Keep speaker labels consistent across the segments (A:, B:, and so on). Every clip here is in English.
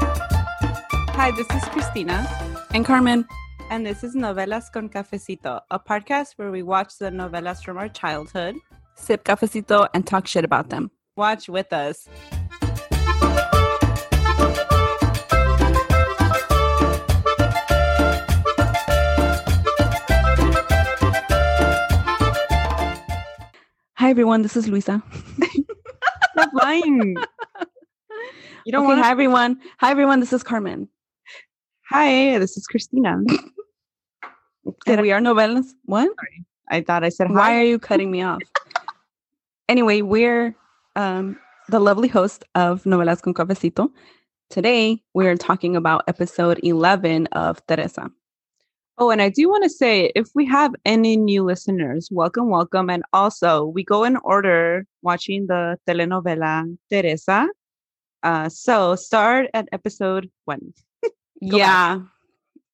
A: Hi, this is Christina
B: And Carmen,
A: and this is Novelas con Cafecito, a podcast where we watch the novelas from our childhood.
B: sip cafecito and talk shit about them.
A: Watch with us.
B: Hi, everyone. This is Luisa.
A: Stop lying. You don't
B: okay,
A: want to.
B: Hi, everyone. Hi, everyone. This is Carmen.
A: Hi, this is Christina. Did
B: And we are novelas. What?
A: I, I thought I said
B: Why
A: hi.
B: are you cutting me off? anyway, we're um, the lovely host of Novelas con Cafecito. Today, we're talking about episode 11 of Teresa.
A: Oh, and I do want to say if we have any new listeners, welcome, welcome. And also, we go in order watching the telenovela Teresa. Uh, so start at episode one. Go
B: yeah.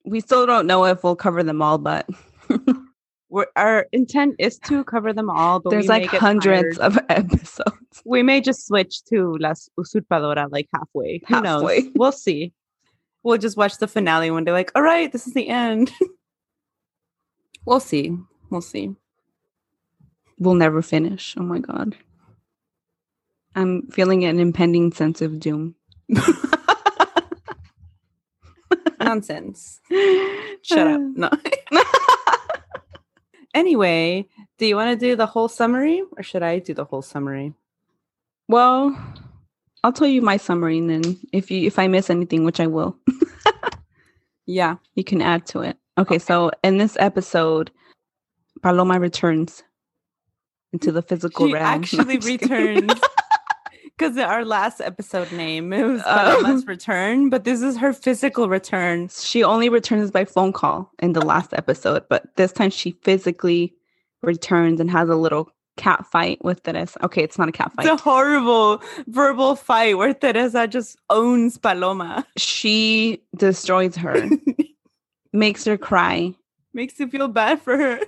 B: We still don't know if we'll cover them all, but
A: We're, our intent is to cover them all, but
B: there's
A: we
B: like
A: may get tired.
B: hundreds of episodes.
A: we may just switch to Las Usurpadora like halfway. Who knows?
B: Halfway.
A: We'll see. We'll just watch the finale one day, like, all right, this is the end.
B: We'll see. We'll see. We'll never finish. Oh my god. I'm feeling an impending sense of doom.
A: Nonsense. Shut up. No. anyway, do you want to do the whole summary or should I do the whole summary?
B: Well, I'll tell you my summary and then if you if I miss anything, which I will,
A: Yeah.
B: you can add to it. Okay, so in this episode, Paloma returns into the physical
A: She
B: realm. No, I'm
A: actually
B: just kidding.
A: returns. Because our last episode name it was
B: Oh.
A: Paloma's return, but this is her physical return.
B: She only returns by phone call in the last episode, but this time she physically returns and has a little cat fight with Teresa. Okay, it's not a cat fight.
A: It's a horrible verbal fight where Teresa just owns Paloma.
B: she destroys her, makes her cry.
A: Makes you feel bad for her.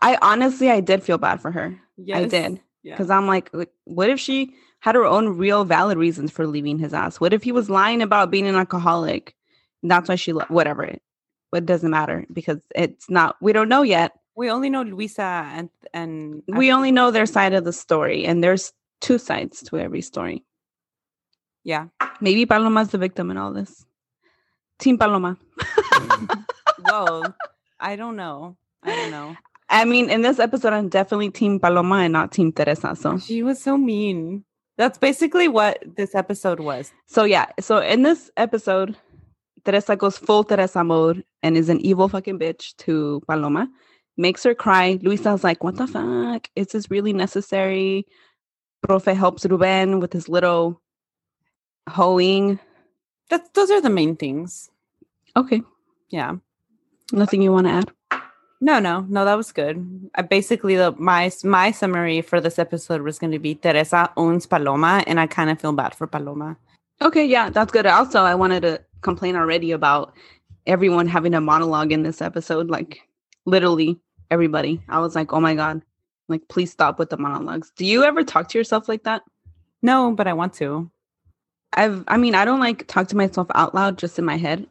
B: I honestly, I did feel bad for her.
A: Yes.
B: I did
A: Yeah.
B: because I'm like, "Wh- what if she had her own real valid reasons for leaving his ass? What if he was lying about being an alcoholic? And that's why she left. Whatever, it, it doesn't matter because it's not. We don't know yet.
A: We only know Luisa and and
B: we only know their side of the story, and there's two sides to every story.
A: Yeah.
B: Maybe Paloma's the victim in all this. Team Paloma.
A: Whoa. I don't know. I don't know.
B: I mean, in this episode, I'm definitely Team Paloma and not Team Teresa. So,
A: She was so mean. That's basically what this episode was.
B: so yeah. So in this episode, Teresa goes full Teresa mode and is an evil fucking bitch to Paloma, makes her cry. Luisa's like, "What the fuck? Is this really necessary?" Profe helps Ruben with his little hoeing.
A: That's those are the main things.
B: Okay,
A: Yeah.
B: nothing you want to add?
A: No, no, no. That was good. I basically, the, my my summary for this episode was going to be Teresa owns Paloma, and I kind of feel bad for Paloma.
B: Okay, yeah, that's good. Also, I wanted to complain already about everyone having a monologue in this episode. Like, literally everybody. I was like, oh my God, like, please stop with the monologues. Do you ever talk to yourself like that?
A: No, but I want to.
B: I've I mean, I don't like talk to myself out loud just in my head.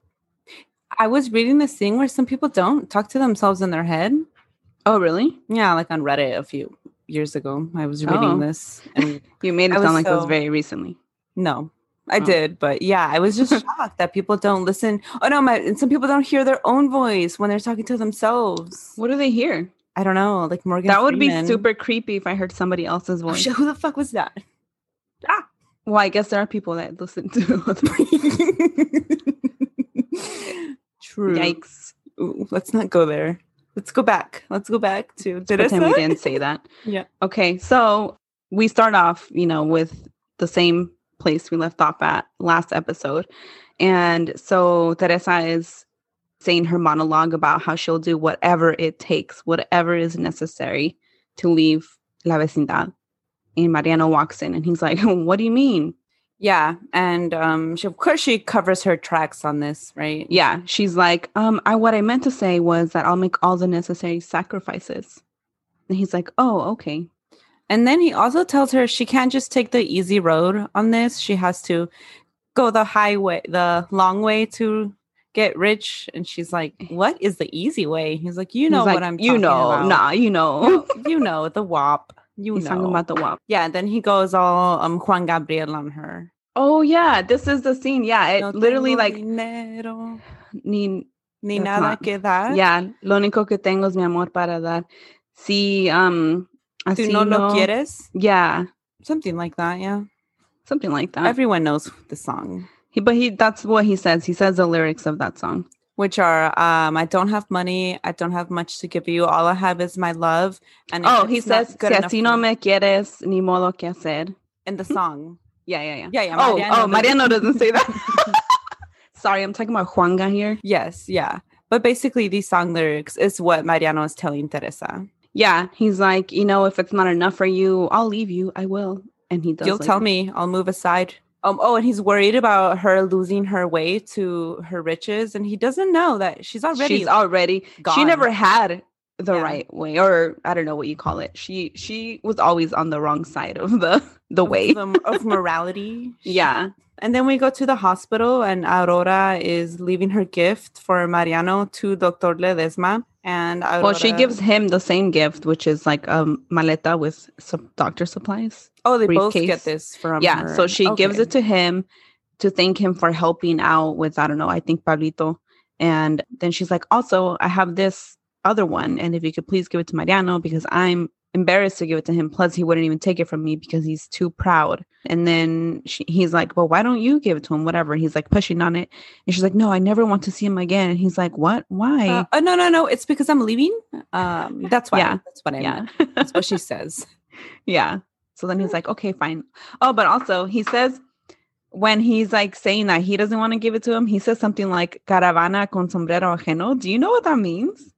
A: I was reading this thing where some people don't talk to themselves in their head.
B: Oh, really?
A: Yeah, like on Reddit a few years ago. I was reading
B: Oh.
A: this and
B: You made it
A: I was
B: sound like it was
A: so-
B: very recently.
A: no. I
B: Oh.
A: did, but yeah, I was just shocked that people don't listen. Oh no, my and some people don't hear their own voice when they're talking to themselves.
B: What do they hear?
A: I don't know, like Morgan.
B: That would be
A: Freeman.
B: super creepy if I heard somebody else's
A: Oh,
B: voice.
A: shit, who the fuck was that?
B: Well, I guess there are people that listen to other
A: True.
B: Yikes.
A: Ooh, let's not go there. Let's go back. Let's go back to
B: Pretend we
A: Teresa.
B: didn't say that.
A: Yeah.
B: Okay. So we start off, you know, with the same place we left off at last episode. And so Teresa is saying her monologue about how she'll do whatever it takes, whatever is necessary to leave La Vecindad. And Mariano walks in and he's like, What do you mean?
A: Yeah, and um, she, of course she covers her tracks on this, right?
B: Yeah. She's like, um, I what I meant to say was that I'll make all the necessary sacrifices. And he's like, Oh, okay.
A: And then he also tells her she can't just take the easy road on this. She has to go the highway, the long way to get rich. And she's like, "What is the easy way?" He's like, "You
B: He's
A: know
B: like,
A: what I'm
B: You
A: talking
B: know,
A: about.
B: nah, you know.
A: you know the WAP. You
B: He's
A: know
B: talking about the WAP.
A: Yeah, and then he goes all um Juan Gabriel on her.
B: Oh yeah, this is the scene. Yeah, it
A: No
B: literally
A: tengo
B: like
A: dinero,
B: ni,
A: ni
B: that's
A: nada
B: not-
A: que dar.
B: yeah, lo único que tengo es mi amor para dar. Si um
A: tú
B: así
A: no
B: no-
A: lo quieres,
B: Yeah,
A: something like that. Yeah,
B: something like that.
A: everyone knows the song,
B: he, but he that's what he says. He says the lyrics of that song.
A: which are um I don't have money, I don't have much to give you. All I have is my love. And if
B: Oh, he
A: it's not
B: says
A: good
B: si
A: enough
B: así no
A: for-
B: me quieres ni modo que hacer.
A: in the song.
B: Yeah, yeah, yeah.
A: Yeah, yeah.
B: oh, oh,
A: Mariano does-
B: Mariano doesn't say that. Sorry, I'm talking about Juanga here.
A: yes, yeah. But basically, these song lyrics is what Mariano is telling Teresa.
B: Yeah, he's like, you know, if it's not enough for you, I'll leave you. I will. And he does.
A: You'll
B: like-
A: tell me. I'll move aside. Um, oh, and he's worried about her losing her way to her riches, and he doesn't know that she's already.
B: she's already she
A: gone.
B: never had the
A: Yeah.
B: right way or i don't know what you call it she she was always on the wrong side of the the
A: of
B: way
A: the- of morality.
B: yeah
A: And then we go to the hospital, and Aurora is leaving her gift for Mariano to Dr. Ledesma. And Aurora,
B: well she gives him the same gift which is like a maleta with some doctor supplies
A: Oh, they both
B: briefcase.
A: get this from.
B: yeah
A: her.
B: so she gives
A: Okay.
B: it to him to thank him for helping out with i don't know i think pablito and then she's like also i have this other one and if you could please give it to mariano because i'm embarrassed to give it to him plus he wouldn't even take it from me because he's too proud and then she, he's like well why don't you give it to him whatever he's like pushing on it and she's like no i never want to see him again and he's like what why
A: Uh, oh no, no, no! It's because I'm leaving. Um, that's why.
B: Yeah.
A: That's what I meant.
B: yeah
A: That's what she says.
B: Yeah. So then he's like, okay, fine. Oh, but also he says when he's like saying that he doesn't want to give it to him, he says something like caravana con sombrero ajeno. Do you know what that means?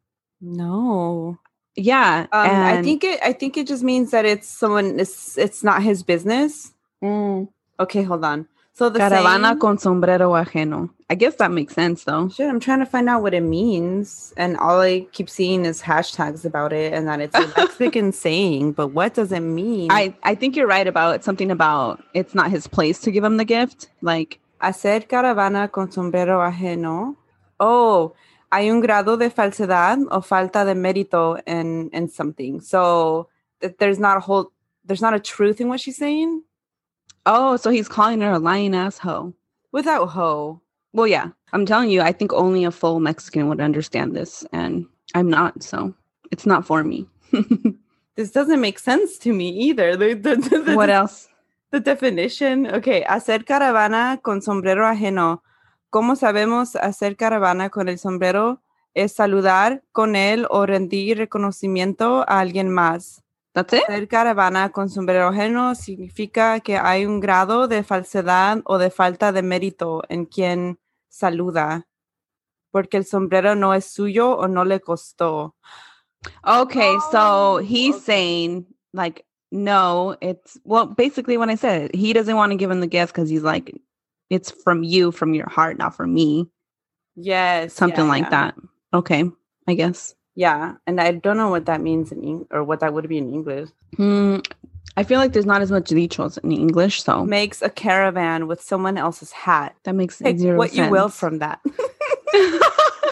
A: No.
B: Yeah.
A: Um, I
B: and-
A: think it. I think it just means that it's someone. It's it's not his business. Okay, hold on. So the
B: Mm. caravana
A: saying-
B: con sombrero ajeno. I guess that makes sense though.
A: Shit, I'm trying to find out what it means, and all I keep seeing is hashtags about it, and that it's a Mexican saying. But what does it mean?
B: I, I think you're right about something about it's not his place to give him the gift. Like,
A: hacer caravana con sombrero ajeno. Oh, hay un grado de falsedad o falta de mérito in in something. So that there's not a whole. There's not a truth in what she's saying
B: oh, so he's calling her a lying ass hoe.
A: without hoe.
B: Well, yeah, I'm telling you, I think only a full Mexican would understand this, and I'm not, so it's not for me.
A: This doesn't make sense to me either. The, the, the, the-
B: what else?
A: the definition. Okay, hacer caravana con sombrero ajeno. ¿Cómo sabemos hacer caravana con el sombrero? Es saludar con él o rendir reconocimiento a alguien más.
B: That's it?
A: Hacer caravana con sombrero ajeno significa que hay un grado de falsedad o de falta de mérito en quien saluda, porque el sombrero no es suyo o no le costó.
B: Okay,
A: Oh,
B: so he's
A: okay.
B: saying, like, no, it's well, basically, when I said it, he doesn't want to give him the gift because he's like, it's from you, from your heart, not from me,
A: Yes,
B: something like
A: that.
B: that. Okay, I guess.
A: Yeah, and I don't know what that means in Eng- or what that would be in English.
B: Hmm, I feel like there's not as much dichos in English, so
A: Makes a caravan with someone else's hat.
B: that makes
A: Take
B: zero
A: what you will
B: sense.
A: from that.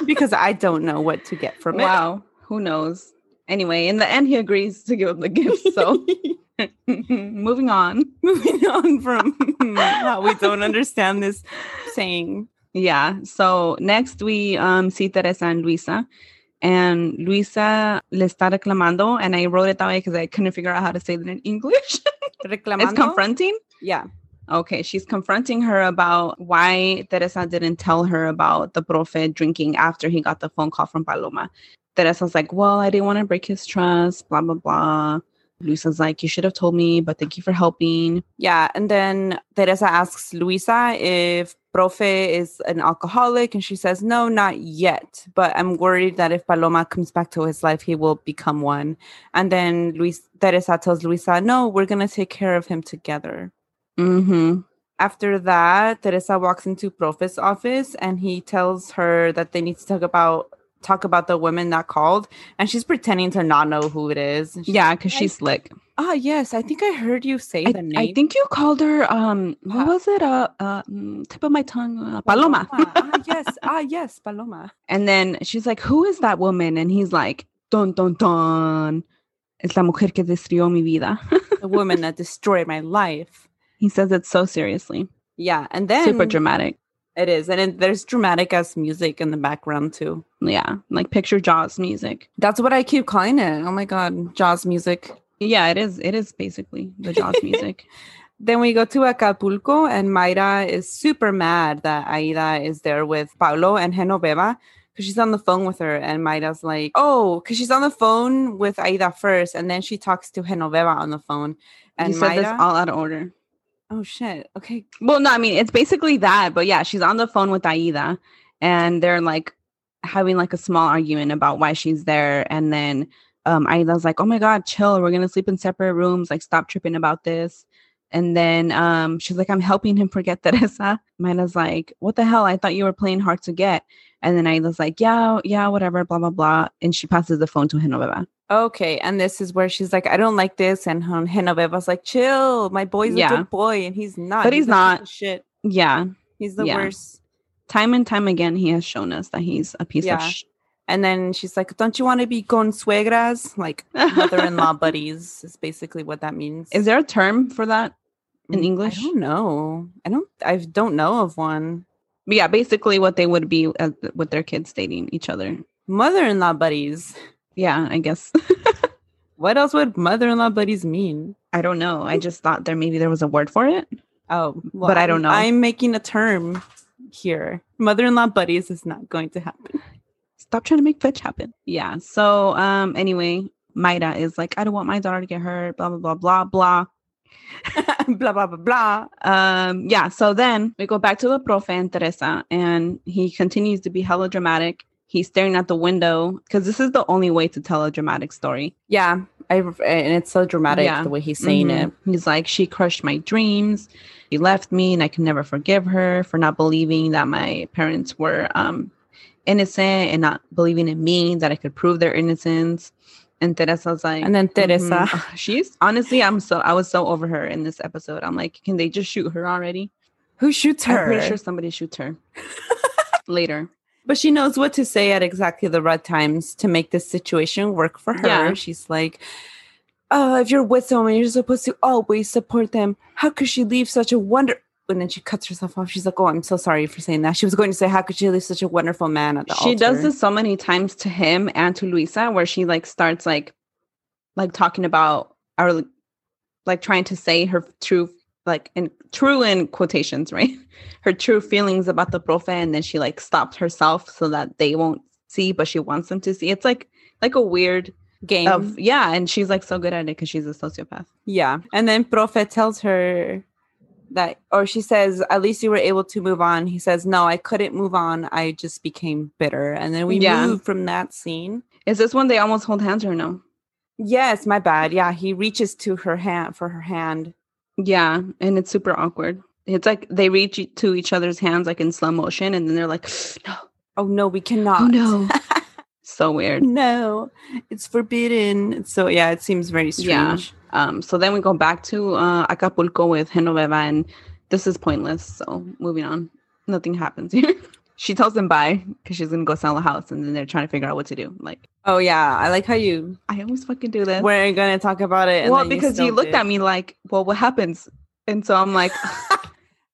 A: because I don't know what to get from it.
B: wow, who knows? Anyway, in the end, he agrees to give up the gift. So moving on.
A: Moving on from how we don't understand this saying.
B: Yeah. So next we um, see Teresa and Luisa. And Luisa le está reclamando. And I wrote it that way because I couldn't figure out how to say it in English.
A: Reclamando.
B: it's confronting.
A: Yeah.
B: Okay. She's confronting her about why Teresa didn't tell her about the profe drinking after he got the phone call from Paloma. Teresa's like, well, I didn't want to break his trust, blah, blah, blah. Luisa's like, you should have told me, but thank you for helping.
A: Yeah, and then Teresa asks Luisa if Profe is an alcoholic, and she says, No, not yet. But I'm worried that if Paloma comes back to his life, he will become one. And then Luis Teresa tells Luisa, No, we're gonna take care of him together.
B: Mm-hmm.
A: After that, Teresa walks into Profe's office and he tells her that they need to talk about talk about the woman that called, and she's pretending to not know who it is. And she's
B: Yeah, because
A: I-
B: she's slick.
A: Ah, yes, I think I heard you say
B: I,
A: the name.
B: I think you called her um what
A: Pa-
B: was it uh, uh mm, tip of my tongue uh, paloma
A: ah, yes. Ah, yes, Paloma.
B: and then she's like who is that woman and he's like dun dun dun es la mujer que destruyó mi vida
A: the woman that destroyed my life.
B: he says it so seriously
A: Yeah, and then
B: super dramatic
A: It is, and it, there's dramatic ass music in the background too.
B: yeah like picture jaws music
A: That's what I keep calling it. Oh my god, Jaws music.
B: yeah it is it is basically the jaws music
A: Then we go to Acapulco, and Mayra is super mad that Aida is there with Paulo and Genoveva because she's on the phone with her. And Mayra's like, oh, because she's on the phone with Aida first, and then she talks to Genoveva on the phone.
B: and
A: And
B: you said this
A: Mayra-
B: all out of order
A: oh shit, okay,
B: Well, no, I mean it's basically that, but yeah, she's on the phone with Aida and they're like having like a small argument about why she's there and then um Aida's like, "Oh my god, chill. We're going to sleep in separate rooms. Like stop tripping about this." And then um she's like, "I'm helping him forget Teresa." Maida's like, "What the hell? I thought you were playing hard to get." And then Aida's like, "Yeah, yeah, whatever, blah blah blah." And she passes the phone to Genoveva.
A: Okay, and this is where she's like, I don't like this, and Hen- Genoveva's like, chill, my boy's a
B: Yeah.
A: good boy, and he's not.
B: But he's
A: a piece of
B: not.
A: shit.
B: Yeah.
A: He's the
B: Yeah.
A: worst.
B: Time and time again he has shown us that he's a piece
A: Yeah.
B: of sh-
A: And then she's like, Don't you want to be consuegras? Like mother-in-law buddies is basically what that means.
B: Is there a term for that? in
A: Mm,
B: English?
A: I don't know. I don't. I don't know of one.
B: But yeah, basically what they would be as, with their kids dating each other.
A: Mother-in-law buddies.
B: Yeah, I guess.
A: What else would mother-in-law buddies mean?
B: I don't know. I just thought there maybe there was a word for it.
A: Oh, well,
B: But I don't know.
A: I'm- I'm making a term here. Mother-in-law buddies is not going to happen.
B: Stop trying to make fetch happen. Yeah. So um anyway, Maida is like, I don't want my daughter to get hurt, blah blah blah blah blah.
A: blah blah blah blah.
B: Um yeah, so then we go back to the profe and Teresa and he continues to be hella dramatic. He's staring at the window because this is the only way to tell a dramatic story.
A: Yeah, I and it's so dramatic
B: Yeah.
A: the way he's saying
B: Mhm.
A: it.
B: He's like, she crushed my dreams. She left me, and I can never forgive her for not believing that my parents were um, innocent and not believing in me that I could prove their innocence. And Teresa's like,
A: And then Teresa,
B: "Mhm." Ugh, she's honestly, I'm so I was so over her in this episode. I'm like, can they just shoot her already?
A: who shoots her,
B: I'm pretty sure somebody shoots her later.
A: but she knows what to say at exactly the right times to make this situation work for her.
B: Yeah.
A: She's like, "Oh, if you're with someone, you're supposed to always support them. How could she leave such a wonder?" And then she cuts herself off. She's like, "Oh, I'm so sorry for saying that." She was going to say, "How could she leave such a wonderful man at the
B: she does
A: altar?"
B: this so many times to him and to Luisa, where she like starts like like talking about our like trying to say her true like in true in quotations, right? Her true feelings about the profe, and then she like stops herself so that they won't see, but she wants them to see. It's like like a weird
A: game.
B: of yeah, and she's like so good at it because she's a sociopath.
A: Yeah. And then Profe tells her that, or she says, at least you were able to move on. He says, no, I couldn't move on. I just became bitter. And then we
B: Yeah.
A: move from that scene.
B: Is this when they almost hold hands or no?
A: Yes, my bad.
B: Mm-hmm.
A: Yeah. He reaches to her hand for her hand.
B: Yeah, and it's super awkward. It's like they reach e- to each other's hands like in slow motion, and then they're like, "No,
A: Oh, no, we cannot.
B: so weird.
A: no, it's forbidden. So, yeah, it seems very
B: Yeah.
A: strange.
B: Um, so then we go back to uh, Acapulco with Genoveva, and this is pointless. So moving on, nothing happens here. she tells them bye because she's gonna go sell the house, and then they're trying to figure out what to do. Like
A: Oh yeah, I like how you
B: I always fucking do this.
A: weren't gonna talk about it. and
B: well,
A: then
B: because you,
A: still
B: looked
A: did.
B: at me like, well, what happens? And so I'm like,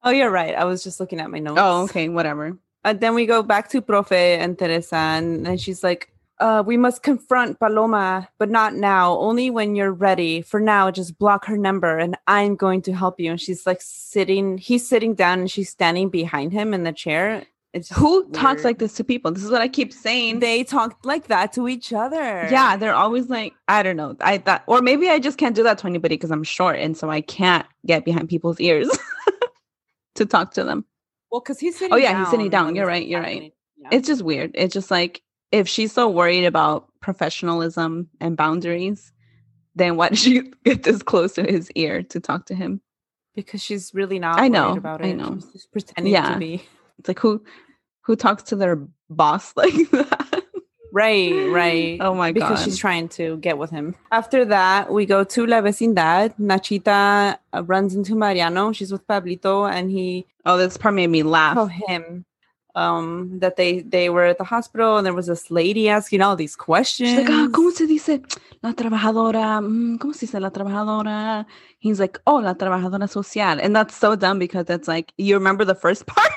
A: oh, you're right. I was just looking at my notes.
B: oh, okay, whatever.
A: And Uh, then we go back to Profe and Teresa, and, and she's like, uh, "We must confront Paloma, but not now. Only when you're ready. For now, just block her number, and I'm going to help you." And she's like sitting. He's sitting down, and she's standing behind him in the chair. It's just
B: Who talks
A: weird.
B: like this to people? This is what I keep saying.
A: They talk like that to each other.
B: yeah, they're always like, I don't know. I thought, or maybe I just can't do that to anybody because I'm short, and so I can't get behind people's ears to talk to them.
A: Well, because he's sitting.
B: Oh, yeah, he's sitting down.
A: when
B: You're
A: this
B: right,
A: is
B: you're right.
A: happening. Yeah.
B: It's just weird. It's just like if she's so worried about professionalism and boundaries, then why did she get this close to his ear to talk to him?
A: because she's really not.
B: I
A: worried
B: know,
A: About it.
B: I know.
A: She's just pretending
B: Yeah.
A: to be.
B: It's like who who talks to their boss like that?
A: Right. Right.
B: Oh my god.
A: because she's trying to get with him. After that, we go to La Vecindad. Nachita uh, runs into Mariano. She's with Pablito, and he
B: oh, this part made me laugh.
A: told him um, that they they were at the hospital, and there was this lady asking all these questions.
B: She's like, ah, ¿cómo se dice la trabajadora? Mm, ¿Cómo se dice la trabajadora? He's like, oh, la trabajadora social. And that's so dumb because it's like, you remember the first part?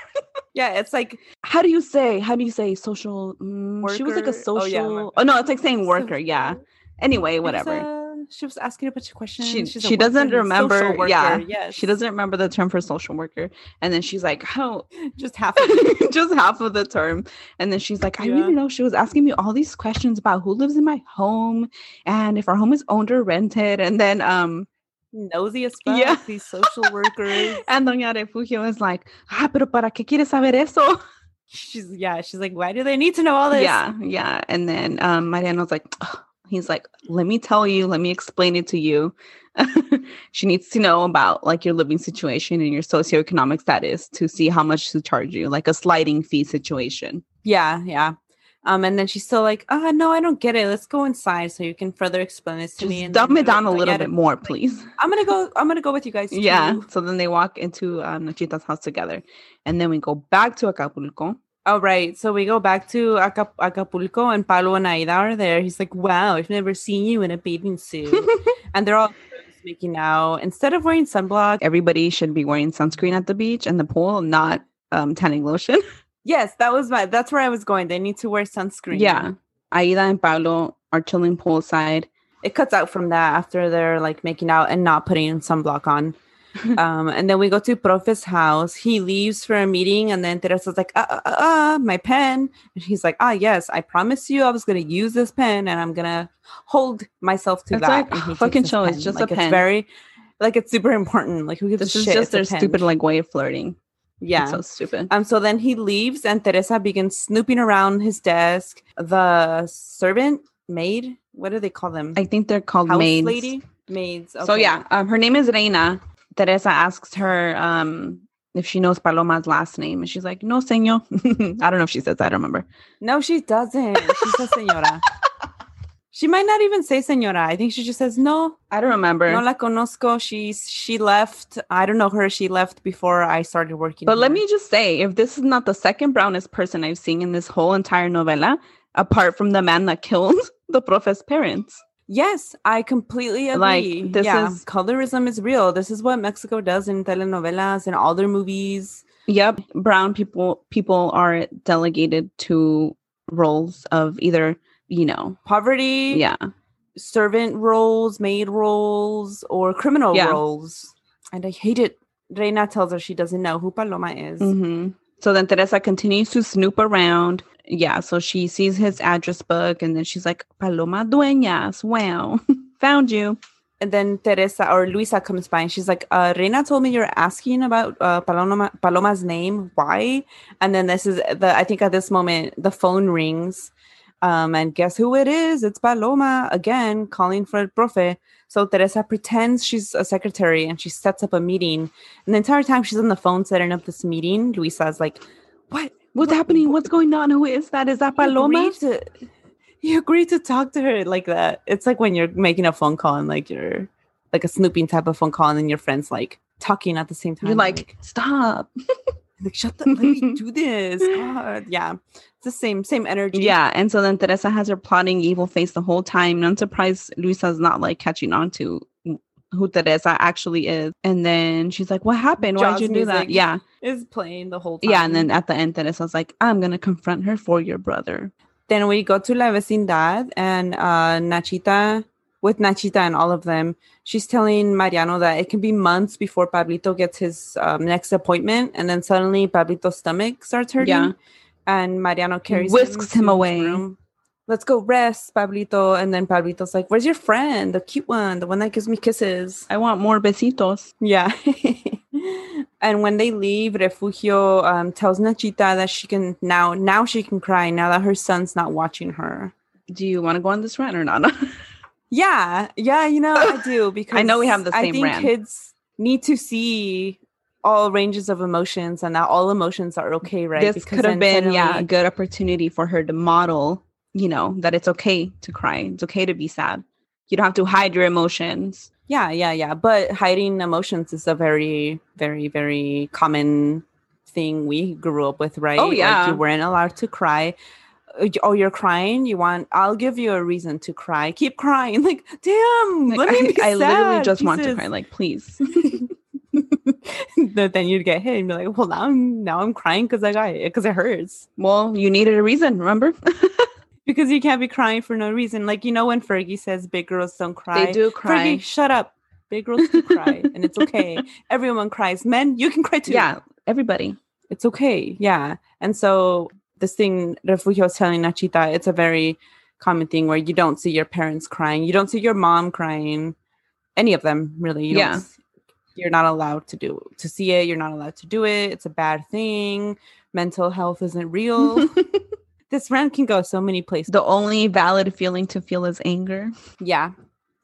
A: yeah, it's like
B: how do you say, how do you say social? Mm, she was like a
A: Worker? Oh, yeah,
B: social. Oh,
A: worker.
B: no, it's like saying
A: So-
B: worker. Yeah. Anyway, whatever.
A: uh, she was asking a bunch of questions.
B: She,
A: She's a
B: she doesn't
A: worker, social
B: remember.
A: worker,
B: Yeah.
A: yes.
B: She doesn't remember the term for social worker. And then she's like, how,
A: just half. Of it.
B: just half of the term. And then she's like, I
A: Yeah.
B: didn't know she was asking me all these questions about who lives in my home and if our home is owned or rented. And then um
A: Nosy as fuck.
B: Yeah.
A: These social workers.
B: and Doña Refugio is like, ah, pero para qué quieres saber eso?
A: She's yeah. She's like, why do they need to know all this?
B: Yeah, yeah. And then um Mariano's like, "Ugh." he's like, let me tell you, let me explain it to you. she needs to know about like your living situation and your socioeconomic status to see how much to charge you, like a sliding fee situation.
A: Yeah, yeah. Um, and then she's still like, "Ah, no, I don't get it. Let's go inside so you can further explain this to me."
B: Just
A: And
B: dumb
A: then
B: it down a
A: Doña
B: little
A: Ada-
B: bit more, please.
A: I'm gonna go. I'm gonna go with you guys.
B: Yeah.
A: too.
B: So then they walk into um, Nachita's house together, and then we go back to Acapulco.
A: All right. So we go back to Aca- Acapulco, and Pablo and Aida are there. He's like, "Wow, I've never seen you in a bathing suit," and they're all making out instead of wearing sunblock.
B: Everybody should be wearing sunscreen at the beach and the pool, not um, tanning lotion.
A: Yes, that was my. That's where I was going. They need to wear sunscreen.
B: yeah. Aida and Pablo are chilling poolside.
A: it cuts out from that after they're like making out and not putting sunblock on. um, and then we go to Profe's house. He leaves for a meeting, and then Teresa's like, uh, uh, uh, uh, my pen. And he's like, ah, yes, I promise you I was going to use this pen and I'm going to hold myself to
B: It's like,
A: that. And he takes
B: fucking
A: his
B: chill, it's just a
A: Like,
B: pen.
A: It's very, like, it's super important. Like, who gives
B: This
A: a
B: is
A: shit?
B: just
A: It's a
B: their
A: pen.
B: stupid like way of flirting.
A: yeah.
B: It's so stupid.
A: Um, so then he leaves, and Teresa begins snooping around his desk. The servant, maid, what do they call them?
B: I think they're called
A: House
B: maids.
A: lady, maids.
B: So
A: okay.
B: yeah, um, her name is Reina. Teresa asks her um, if she knows Paloma's last name, and she's like, "No, señor." I don't know if she says that. I don't remember.
A: No, she doesn't. She says señora. she might not even say señora. I think she just says no.
B: I don't remember.
A: No la conozco. She's she left. I don't know her. She left before I started working.
B: But let
A: here.
B: me just say, if this is not the second brownest person I've seen in this whole entire novella, apart from the man that killed the profe's parents,
A: Yes, I completely
B: Like,
A: agree.
B: this
A: yeah,
B: is-
A: colorism is real. This is what Mexico does in telenovelas and all their movies.
B: yep, brown people people are delegated to roles of either, you know,
A: Poverty,
B: yeah,
A: servant roles, maid roles, or criminal
B: Yeah.
A: roles. And I hate it. Reina tells her she doesn't know who Paloma is.
B: hmm So then Teresa continues to snoop around. Yeah, so she sees his address book and then she's like, Paloma Dueñas, wow, found you.
A: and then Teresa or Luisa comes by and she's like, uh, Reina told me you're asking about uh, Paloma, Paloma's name. Why? And then this is the, I think at this moment, the phone rings. Um, and guess who it is? It's Paloma again calling for el profe. So Teresa pretends she's a secretary and she sets up a meeting. And the entire time she's on the phone setting up this meeting, Luisa's like, What?
B: What's happening? What's going on? Who is that? Is that
A: You
B: Paloma?
A: agreed to, you agreed to talk to her like that. It's like when you're making a phone call and like you're like a snooping type of phone call, and then your friends like talking at the same time.
B: You're like, stop.
A: like shut the let me do this. God, yeah, it's the same same energy.
B: Yeah, and so then Teresa has her plotting evil face the whole time. And I'm surprised Luisa's not like catching on to who Teresa actually is. And then she's like, "What happened? Why'd
A: Jaws
B: you do that?"
A: music. Um,
B: Yeah,
A: is playing the whole time.
B: yeah. And then at the end, Teresa's like, "I'm gonna confront her for your brother."
A: then we go to La Vecindad and uh, Nachita, with Nachita and all of them, she's telling Mariano that it can be months before Pablito gets his um, next appointment. And then suddenly Pablito's stomach starts hurting.
B: Yeah.
A: And Mariano carries
B: whisks him
A: to his
B: away.
A: room. Let's go rest, Pablito. And then Pablito's like, Where's your friend? The cute one, the one that gives me kisses.
B: I want more besitos.
A: Yeah. and when they leave, Refugio um, tells Nachita that she can now, now she can cry now that her son's not watching her.
B: Do you want to go on this rant or not?
A: Yeah, yeah, you know I do because
B: know we have the
A: I
B: same
A: think
B: rant.
A: kids need to see all ranges of emotions and that all emotions are okay, right?
B: This
A: Because
B: could have
A: then
B: been, yeah, a
A: suddenly-
B: good opportunity for her to model, you know, that it's okay to cry. It's okay to be sad. You don't have to hide your emotions.
A: yeah, yeah, yeah. But hiding emotions is a very, very, very common thing we grew up with, right?
B: Oh, yeah.
A: like you weren't allowed to cry. Uh, Oh, you're crying. You want? I'll give you a reason to cry. Keep crying. Like, damn.
B: Like,
A: let
B: I,
A: me be
B: I literally
A: sad,
B: just want to
A: Jesus.
B: cry. Like, please.
A: No, then you'd get hit and be like, well, now I'm now I'm crying because I got it because it hurts
B: well, you needed a reason, remember?
A: because you can't be crying for no reason. Like you know when Fergie says big girls don't cry,
B: They do cry.
A: Fergie, shut up. Big girls do cry, and it's okay. Everyone cries. Men, you can cry too.
B: Yeah, everybody.
A: it's okay. Yeah, and so this thing Refugio was telling Nachita, it's a very common thing where you don't see your parents crying, you don't see your mom crying, any of them really. You don't
B: Yeah.
A: s- you're not allowed to do to see it. You're not allowed to do it. It's a bad thing. Mental health isn't real. this rant can go so many places.
B: The only valid feeling to feel is anger.
A: Yeah,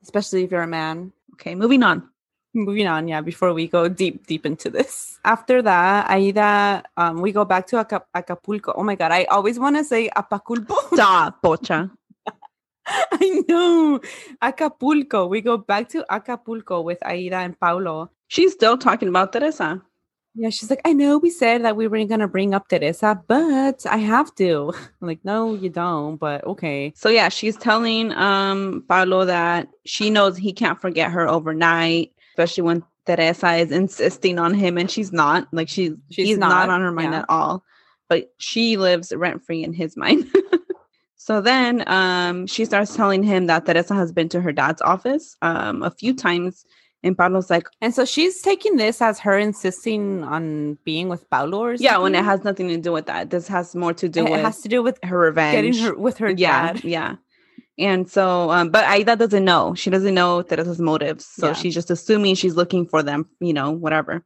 A: especially if you're a man.
B: Okay, moving on.
A: moving on yeah before we go deep deep into this after that aida um we go back to Aca- acapulco oh my god i always want to say acapulco
B: Stop, Pocha.
A: i know acapulco we go back to acapulco with aida and paulo
B: She's still talking about Teresa.
A: yeah she's like i know we said that we weren't gonna bring up teresa but i have to I'm like no you don't but okay
B: So yeah, she's telling um Paolo that she knows he can't forget her overnight, especially when Teresa is insisting on him and she's not. Like she's
A: She's
B: he's not,
A: not,
B: on her mind
A: yeah.
B: at all. But she lives rent free in his mind. so then um she starts telling him that Teresa has been to her dad's office um a few times and Paolo's like,
A: and so she's taking this as her insisting on being with paulo or
B: Yeah, when it
A: something.
B: has nothing to do with that. This has more to do
A: it
B: with
A: has to do with
B: her revenge.
A: getting her with her
B: yeah,
A: dad
B: yeah. And so, um, but Aida doesn't know. She doesn't know Teresa's motives. So
A: Yeah.
B: she's just assuming she's looking for them, you know, whatever.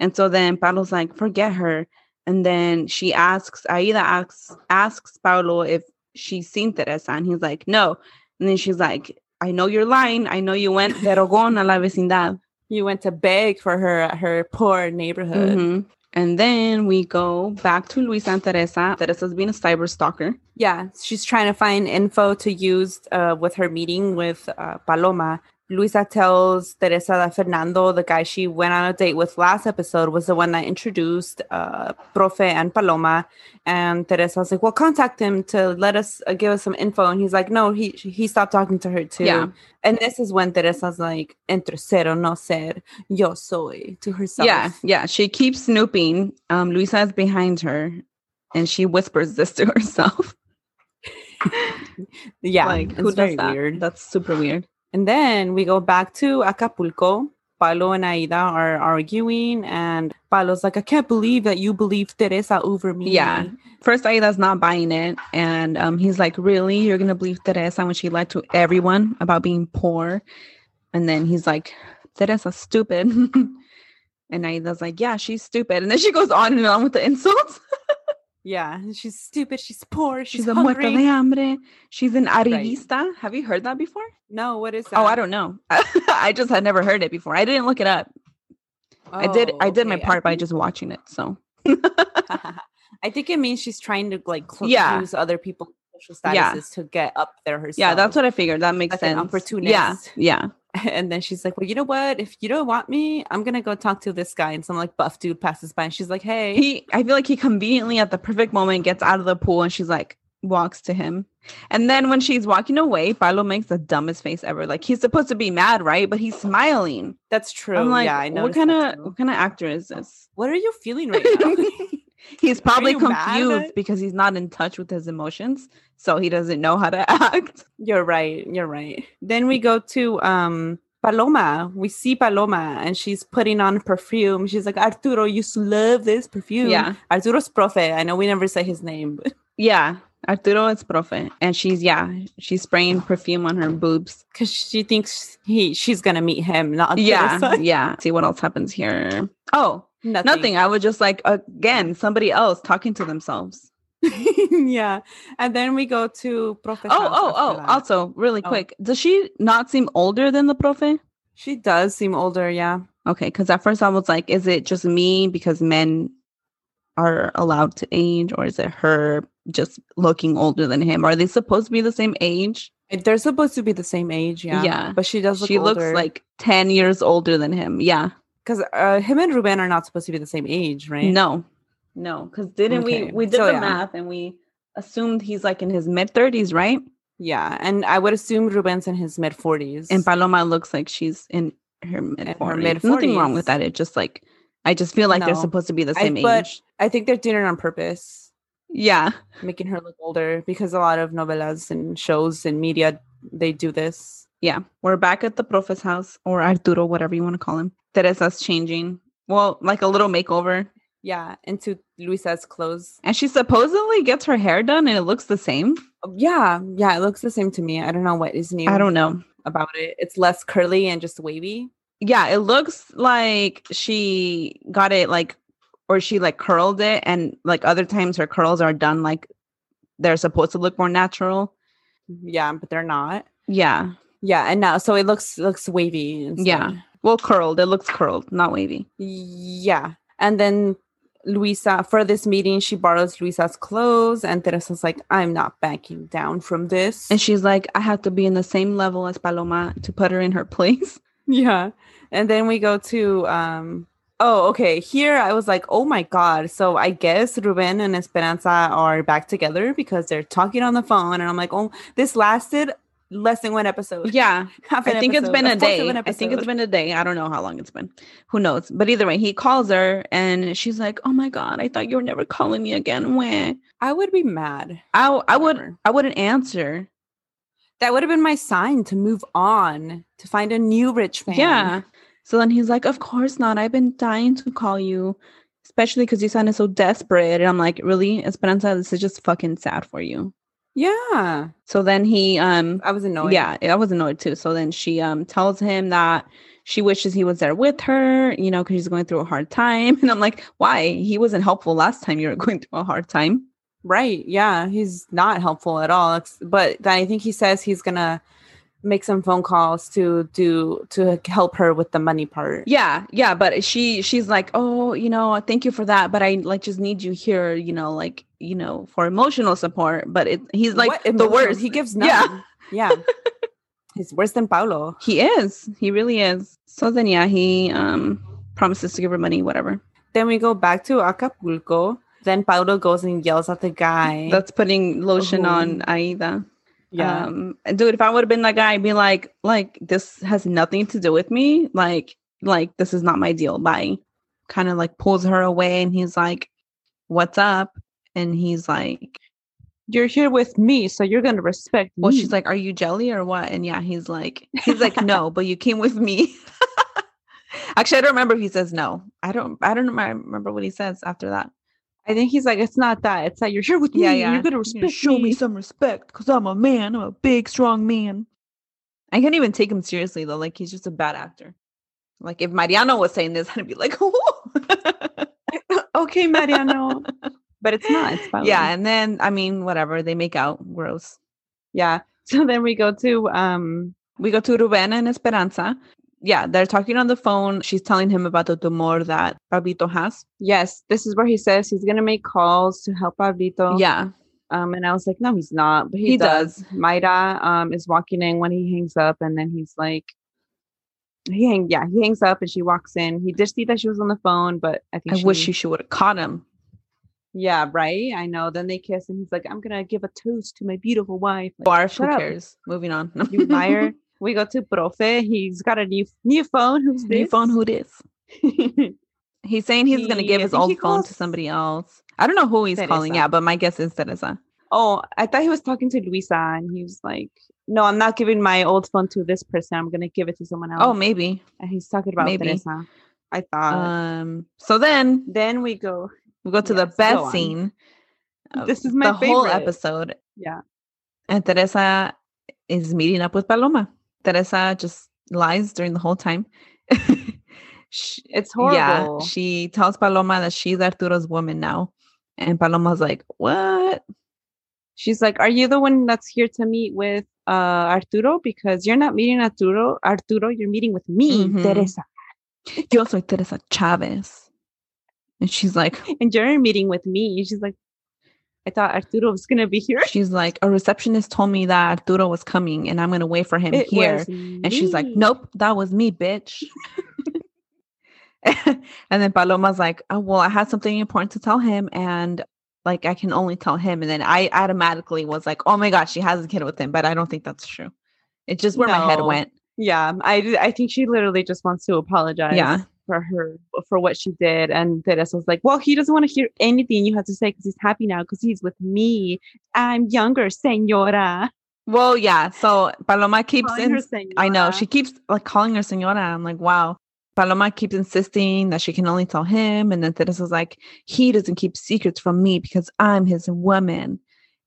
B: And so then Paolo's like, forget her. And then she asks, Aida asks, asks Paolo if she's seen Teresa. And he's like, no. And then she's like, I know you're lying. I know you went de rogón a la vecindad.
A: You went to beg for her at her poor neighborhood.
B: Mhm. And then we go back to Luisa and Teresa. Teresa's been a cyber stalker.
A: Yeah, she's trying to find info to use uh, with her meeting with uh, Paloma. Luisa tells Teresa that Fernando, the guy she went on a date with last episode, was the one that introduced uh, Profe and Paloma. And Teresa was like, "Well, contact him to let us uh, give us some info." And he's like, "No, he he stopped talking to her too."
B: Yeah.
A: And this is when Teresa's like, "Entre cero no ser, yo soy" to herself.
B: Yeah, yeah. She keeps snooping. Um, Luisa is behind her, and she whispers this to herself.
A: yeah.
B: like
A: it's
B: who does
A: very
B: that?
A: Weird.
B: That's super weird.
A: And then we go back to Acapulco. Palo and Aida are arguing, and Palo's like, I can't believe that you believe Teresa over me.
B: Yeah. First, Aida's not buying it, and um, he's like, "Really, you're gonna believe Teresa when she lied to everyone about being poor?" And then he's like, "Teresa's stupid," and Aida's like, "Yeah, she's stupid." And then she goes on and on with the insults.
A: Yeah. and She's stupid. She's poor. She's,
B: She's
A: a
B: a muerta de
A: hungry.
B: hambre. She's an arribista. Have you heard that before?
A: No, what is that?
B: Oh, I don't know. I just had never heard it before. I didn't look it up. I did I
A: Oh,
B: did my
A: okay, I
B: part by
A: think-
B: just watching it. So
A: I think it means she's trying to like cl-
B: Yeah.
A: use other people's social
B: Yeah.
A: statuses to get up there herself.
B: yeah, that's what I figured. That makes
A: Like um, an
B: sense.
A: opportunist.
B: Yeah, yeah.
A: And then she's like, Well, you know what? If you don't want me, I'm gonna go talk to this guy. And some like buff dude passes by and she's like, Hey,
B: He, I feel like he conveniently at the perfect moment gets out of the pool and she's like, walks to him. And then when she's walking away, Pablo makes the dumbest face ever. Like he's supposed to be mad, right? But he's smiling.
A: that's true.
B: I'm like,
A: yeah, I know.
B: what kind of what kind of actor is this?
A: what are you feeling right now?
B: he's probably
A: you mad?
B: confused because he's not in touch with his emotions, so he doesn't know how to act.
A: You're right. You're right. Then we go to um Paloma. We see Paloma and she's putting on perfume. She's like, Arturo used to love this perfume.
B: Yeah.
A: Arturo's profe. I know we never say his name, but
B: Yeah, Arturo is profe, and she's yeah, she's spraying perfume on her boobs.
A: because she thinks he she's gonna meet him, not Arturo.
B: Yeah, yeah. See what else happens here. Oh,
A: nothing.
B: nothing. I was just like again, somebody else talking to themselves.
A: yeah. And then we go to Profe.
B: Oh, oh, oh. Also, really
A: Oh.
B: quick, does she not seem older than the profe?
A: she does seem older, yeah.
B: Okay, because at first I was like, is it just me because men are allowed to age, or is it her just looking older than him? Are they supposed to be the same age?
A: They're supposed to be the same age, yeah.
B: Yeah.
A: But she does look
B: she looks
A: older.
B: like 10 years older than him. Yeah.
A: because uh, him and Ruben are not supposed to be the same age, right?
B: No, no, because didn't we?
A: Okay,
B: We did
A: so
B: the
A: yeah.
B: math and we assumed he's like in his mid 30s, right?
A: Yeah, and I would assume Ruben's in his mid forties.
B: And Paloma looks like she's in her mid 40s. Nothing wrong with
A: mid-forties.
B: that. It just like, I just feel like they're
A: No.
B: supposed to be the
A: I-
B: same
A: but-
B: age.
A: I think they're doing it on purpose,
B: Yeah.
A: making her look older because a lot of novelas and shows and media they do this.
B: Yeah, we're back at the profe's house or Arturo, whatever you want to call him. Teresa's changing. Well, like a little makeover.
A: Yeah, into Luisa's clothes.
B: And she supposedly gets her hair done and it looks the same.
A: Oh, Yeah, yeah, it looks the same to me. I don't know what is new.
B: I don't know.
A: about it. It's less curly and just wavy.
B: Yeah, it looks like she got it like, or she like curled it. And like other times her curls are done like they're supposed to look more natural.
A: Yeah, but they're not.
B: Yeah.
A: Yeah, and now so it looks looks wavy. instead.
B: Yeah. Well, curled. It looks curled, not wavy.
A: Yeah. And then Luisa, for this meeting, she borrows Luisa's clothes, and Teresa's like, I'm not backing down from this.
B: And she's like, I have to be in the same level as Paloma to put her in her place.
A: yeah. And then we go to, um, oh, okay. Here I was like, oh my God. So I guess Ruben and Esperanza are back together because they're talking on the phone. And I'm like, oh, this lasted less than one episode.
B: Yeah.
A: Half an
B: I think it's
A: episode,
B: been a
A: fourth of
B: day.
A: an
B: I think it's
A: episode.
B: been a day. I don't know how long it's been. Who knows? But either way, he calls her and she's like, "Oh my god, I thought you were never calling me again." When
A: I would be mad.
B: I w- I would
A: Whatever.
B: I wouldn't answer.
A: That would have been my sign to move on, to find a new rich man.
B: Yeah. So then he's like, "Of course not. I've been dying to call you, especially because you sounded so desperate." And I'm like, "Really, Esperanza? This is just fucking sad for you."
A: Yeah.
B: So then he um
A: I was annoyed.
B: Yeah, I was annoyed too. So then she um tells him that she wishes he was there with her, you know, because she's going through a hard time. And I'm like, why? He wasn't helpful last time you were going through a hard time.
A: Right. Yeah. He's not helpful at all. Ex- But then I think he says he's gonna make some phone calls to do to help her with the money part.
B: Yeah, yeah. But she she's like, oh, you know, thank you for that, but I like just need you here, you know, like you know, for emotional support. But it, he's like
A: What
B: the
A: emotions?
B: worst.
A: He gives
B: Yeah.
A: none. Yeah. He's worse than Paulo.
B: He is. He really is. So then, yeah, he um promises to give her money, whatever.
A: Then we go back to Acapulco. Then Paulo goes and yells at the guy.
B: That's putting lotion
A: Ooh.
B: on Aida.
A: yeah.
B: Um, dude, if I would have been that guy, I'd be like, like, this has nothing to do with me. Like, like, this is not my deal. Bye. Kind of like pulls her away and he's like, what's up? And he's like,
A: you're here with me, so you're gonna respect
B: well,
A: me.
B: she's like, are you jelly or what? And yeah, he's like, he's like, no, but you came with me. Actually, I don't remember if he says no. I don't, I don't remi- remember what he says after that.
A: I think he's like, it's not that. It's that you're here with
B: Yeah,
A: me.
B: yeah.
A: You're gonna
B: You
A: respect
B: know, show me
A: me.
B: some respect because I'm a man. I'm a big, strong man. I can't even take him seriously though. Like he's just a bad actor. Like if Mariano was saying this, I'd be like, oh.
A: okay, Mariano. but it's not. It's Paulo.
B: yeah. And then I mean, whatever they make out, gross.
A: Yeah. So then we go to um
B: We go to Ruben and Esperanza. Yeah, they're talking on the phone. She's telling him about the tumor that Pablito has.
A: yes, this is where he says he's gonna make calls to help Pablito.
B: Yeah,
A: Um and I was like, no, he's not, but he,
B: He
A: does. Mayra um is walking in when he hangs up and then he's like
C: he hang, yeah, he hangs up and she walks in. He did see that she was on the phone, but I think
B: I wish she, she would have caught him.
C: Yeah, right. I know. Then they kiss and he's like, I'm gonna give a toast to my beautiful wife. Like,
B: Barf,
C: shut
B: who
C: up,
B: cares? Moving on.
C: You liar. we go to Profe. He's got a new new phone. Who's
B: New
C: this?
B: phone, who this? He's saying he's gonna
C: He-
B: give
C: I
B: his
C: think he
B: old phone to
C: calls-
B: somebody else. I don't know who he's calling
C: Teresa.
B: out, but my guess is Teresa.
C: oh, I thought he was talking to Luisa and he was like, No, I'm not giving my old phone to this person. I'm gonna give it to someone else.
B: Oh, maybe.
C: and he's talking about
B: maybe.
C: Teresa. I thought.
B: Um. So then
C: then we go.
B: we go to the
C: yes,
B: bed
C: go on.
B: scene. of
C: This is my
B: uh, the whole
C: favorite.
B: episode.
C: Yeah.
B: And Teresa is meeting up with Paloma. Teresa just lies during the whole time. She-
C: It's horrible.
B: Yeah, she tells Paloma that she's Arturo's woman now. And Paloma's like, What?
C: She's like, "Are you the one that's here to meet with uh, Arturo? Because you're not meeting Arturo. Arturo, you're meeting with me,
B: Mhm.
C: Teresa,
B: Yo soy Teresa Chavez. And she's like,
C: and you're meeting with me." She's like, "I thought Arturo was gonna be here.
B: She's like, A receptionist told me that Arturo was coming and I'm going to wait for him
C: It
B: here.
C: was
B: And she's like,
C: me."
B: Nope, that was me, bitch. and then Paloma's like, oh, Well, I had something important to tell him. And like, I can only tell him. And then I automatically was like, Oh my God, she has a kid with him. But I don't think that's true. It's just where my head
C: No.
B: went.
C: Yeah, I I think she literally just wants to apologize.
B: Yeah.
C: for her for what she did, and Teresa was like, "Well, he doesn't want to hear anything you have to say because he's happy now because he's with me. I'm younger, Senora."
B: Well, yeah. So Paloma keeps
C: Calling
B: in.
C: her senora.
B: I know she keeps like calling her senora. I'm like, wow. Paloma keeps insisting that she can only tell him, and then Teresa's like, he doesn't keep secrets from me because I'm his woman,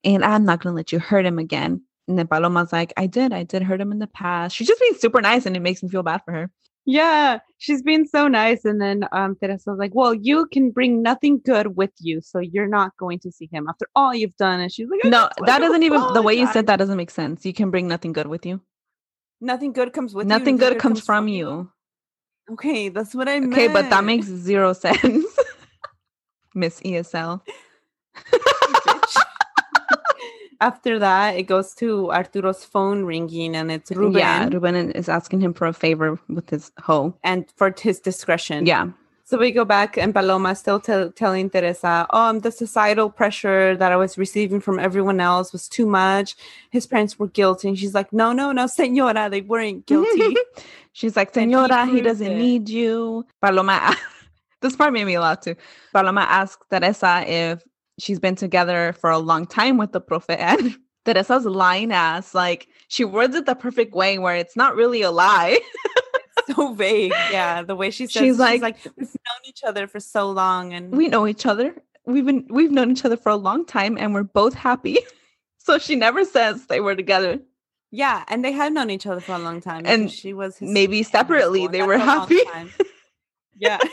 B: and I'm not gonna let you hurt him again. And then Paloma's like, I did, I did hurt him in the past. She's just being super nice, and it makes me feel bad for her.
C: Yeah, she's been so nice. And then um, Teresa's like, Well, you can bring nothing good with you, so you're not going to see him after all you've done. And she's like, "I
B: No,
C: just want
B: that
C: to
B: doesn't even the way you
C: apologize."
B: said that doesn't make sense. You can bring nothing good with you.
A: Nothing good comes with you,
B: nothing good comes from you.
A: Okay, that's what I meant.
B: Okay, but that makes zero sense. Miss E ESL.
A: After that, it goes to Arturo's phone ringing, and it's Ruben,
B: Yeah, Ruben is asking him for a favor with his hoe.
A: and for his discretion.
B: Yeah.
A: So we go back, and Paloma still tell telling Teresa, um, the societal pressure that I was receiving from everyone else was too much. His parents were guilty. And she's like, no, no, no, senora, they weren't guilty.
B: She's like,
A: And he
B: Senora, he,
A: proved
B: doesn't
A: it.
B: need you. Paloma, this part made me laugh too. Paloma asks Teresa if she's been together for a long time with the profe. And Teresa's lying ass, like, she words it the perfect way where it's not really a lie.
A: so vague. Yeah, the way she says
B: She's
A: it,
B: like-
A: we've known each other for so long. And
B: we know each other. We've been we've known each other for a long time and we're both happy. so she never says they were together.
A: yeah, and they had known each other for a long time.
B: And
A: because she was his
B: maybe separately they were happy.
A: Yeah.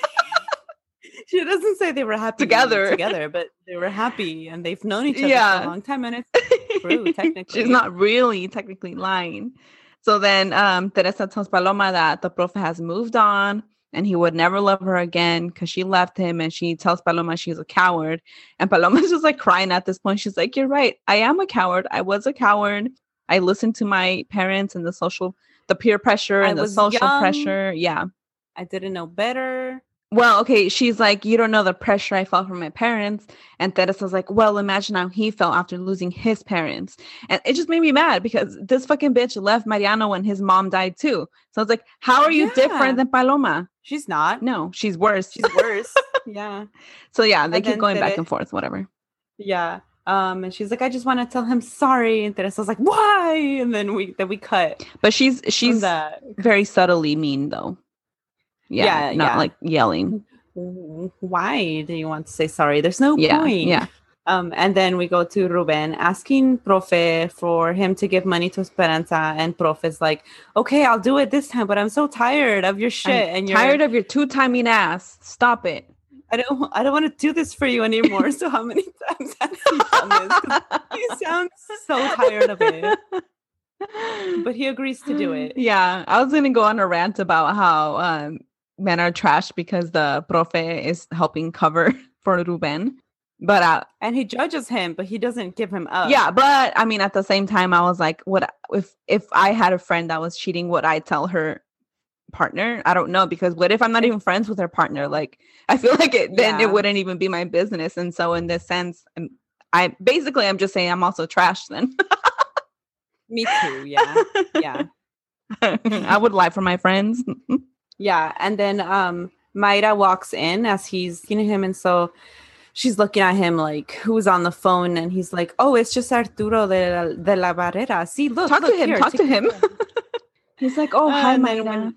A: She doesn't say they were happy
B: Together.
A: together, but they were happy and they've known each other for
B: Yeah.
A: a long time, and it's True, technically.
B: She's not really technically lying. So then um, Teresa tells Paloma that the prof has moved on and he would never love her again because she left him and she tells Paloma she's a coward. And Paloma's just like crying at this point. She's like, You're right. I am a coward. I was a coward. I listened to my parents and the social, the peer pressure
A: I
B: and the
A: was
B: social
A: young.
B: pressure. Yeah.
A: I didn't know better.
B: Well, okay. She's like, You don't know the pressure I felt from my parents. And Teresa's like, well, imagine how he felt after losing his parents. And it just made me mad because this fucking bitch left Mariano when his mom died too. So it's like, how are you
A: Yeah.
B: different than Paloma?
A: She's not.
B: No, she's worse.
A: She's worse. yeah.
B: so yeah, they
A: And
B: keep
A: then
B: going back
A: Tere-
B: and forth, whatever.
A: Yeah. Um, and she's like, I just want to tell him sorry. And Teresa's like, why? And then we then we cut. from
B: But she's she's
A: that.
B: very subtly mean though. Yeah,
A: Yeah,
B: not
A: yeah.
B: like yelling.
A: "W- Why do you want to say sorry? There's no
B: yeah,
A: point.
B: yeah.
A: Um, and then we go to Ruben asking Profe for him to give money to Esperanza, and Profe's like, "Okay, I'll do it this time, but I'm so tired of your shit,
B: I'm
A: and you're
B: tired of your two timing ass. Stop it.
A: I don't I don't want to do this for you anymore. so how many times have you done this? 'Cause You sound so tired of it. But he agrees to do it.
B: Yeah, I was gonna go on a rant about how um, men are trash because the profe is helping cover for Ruben. But uh,
A: And he judges him, but he doesn't give him up.
B: yeah, but I mean, at the same time, I was like, what if if I had a friend that was cheating? Would I tell her partner i don't know because what if i'm not even friends with her partner like i feel like it then
A: Yeah.
B: it wouldn't even be my business and so in this sense I'm, i basically i'm just saying i'm also trash then
A: Me too. Yeah. Yeah.
B: i would lie for my friends
A: Yeah, and then um Maida walks in as he's looking at him, and so she's looking at him like who's on the phone, and he's like, "Oh, it's just Arturo de la, de la Barrera. See, look,
B: Talk to
A: look
B: him,
A: here,
B: talk
A: take
B: to
A: a
B: him."
A: look."
B: he's like oh hi
A: And
B: my
A: then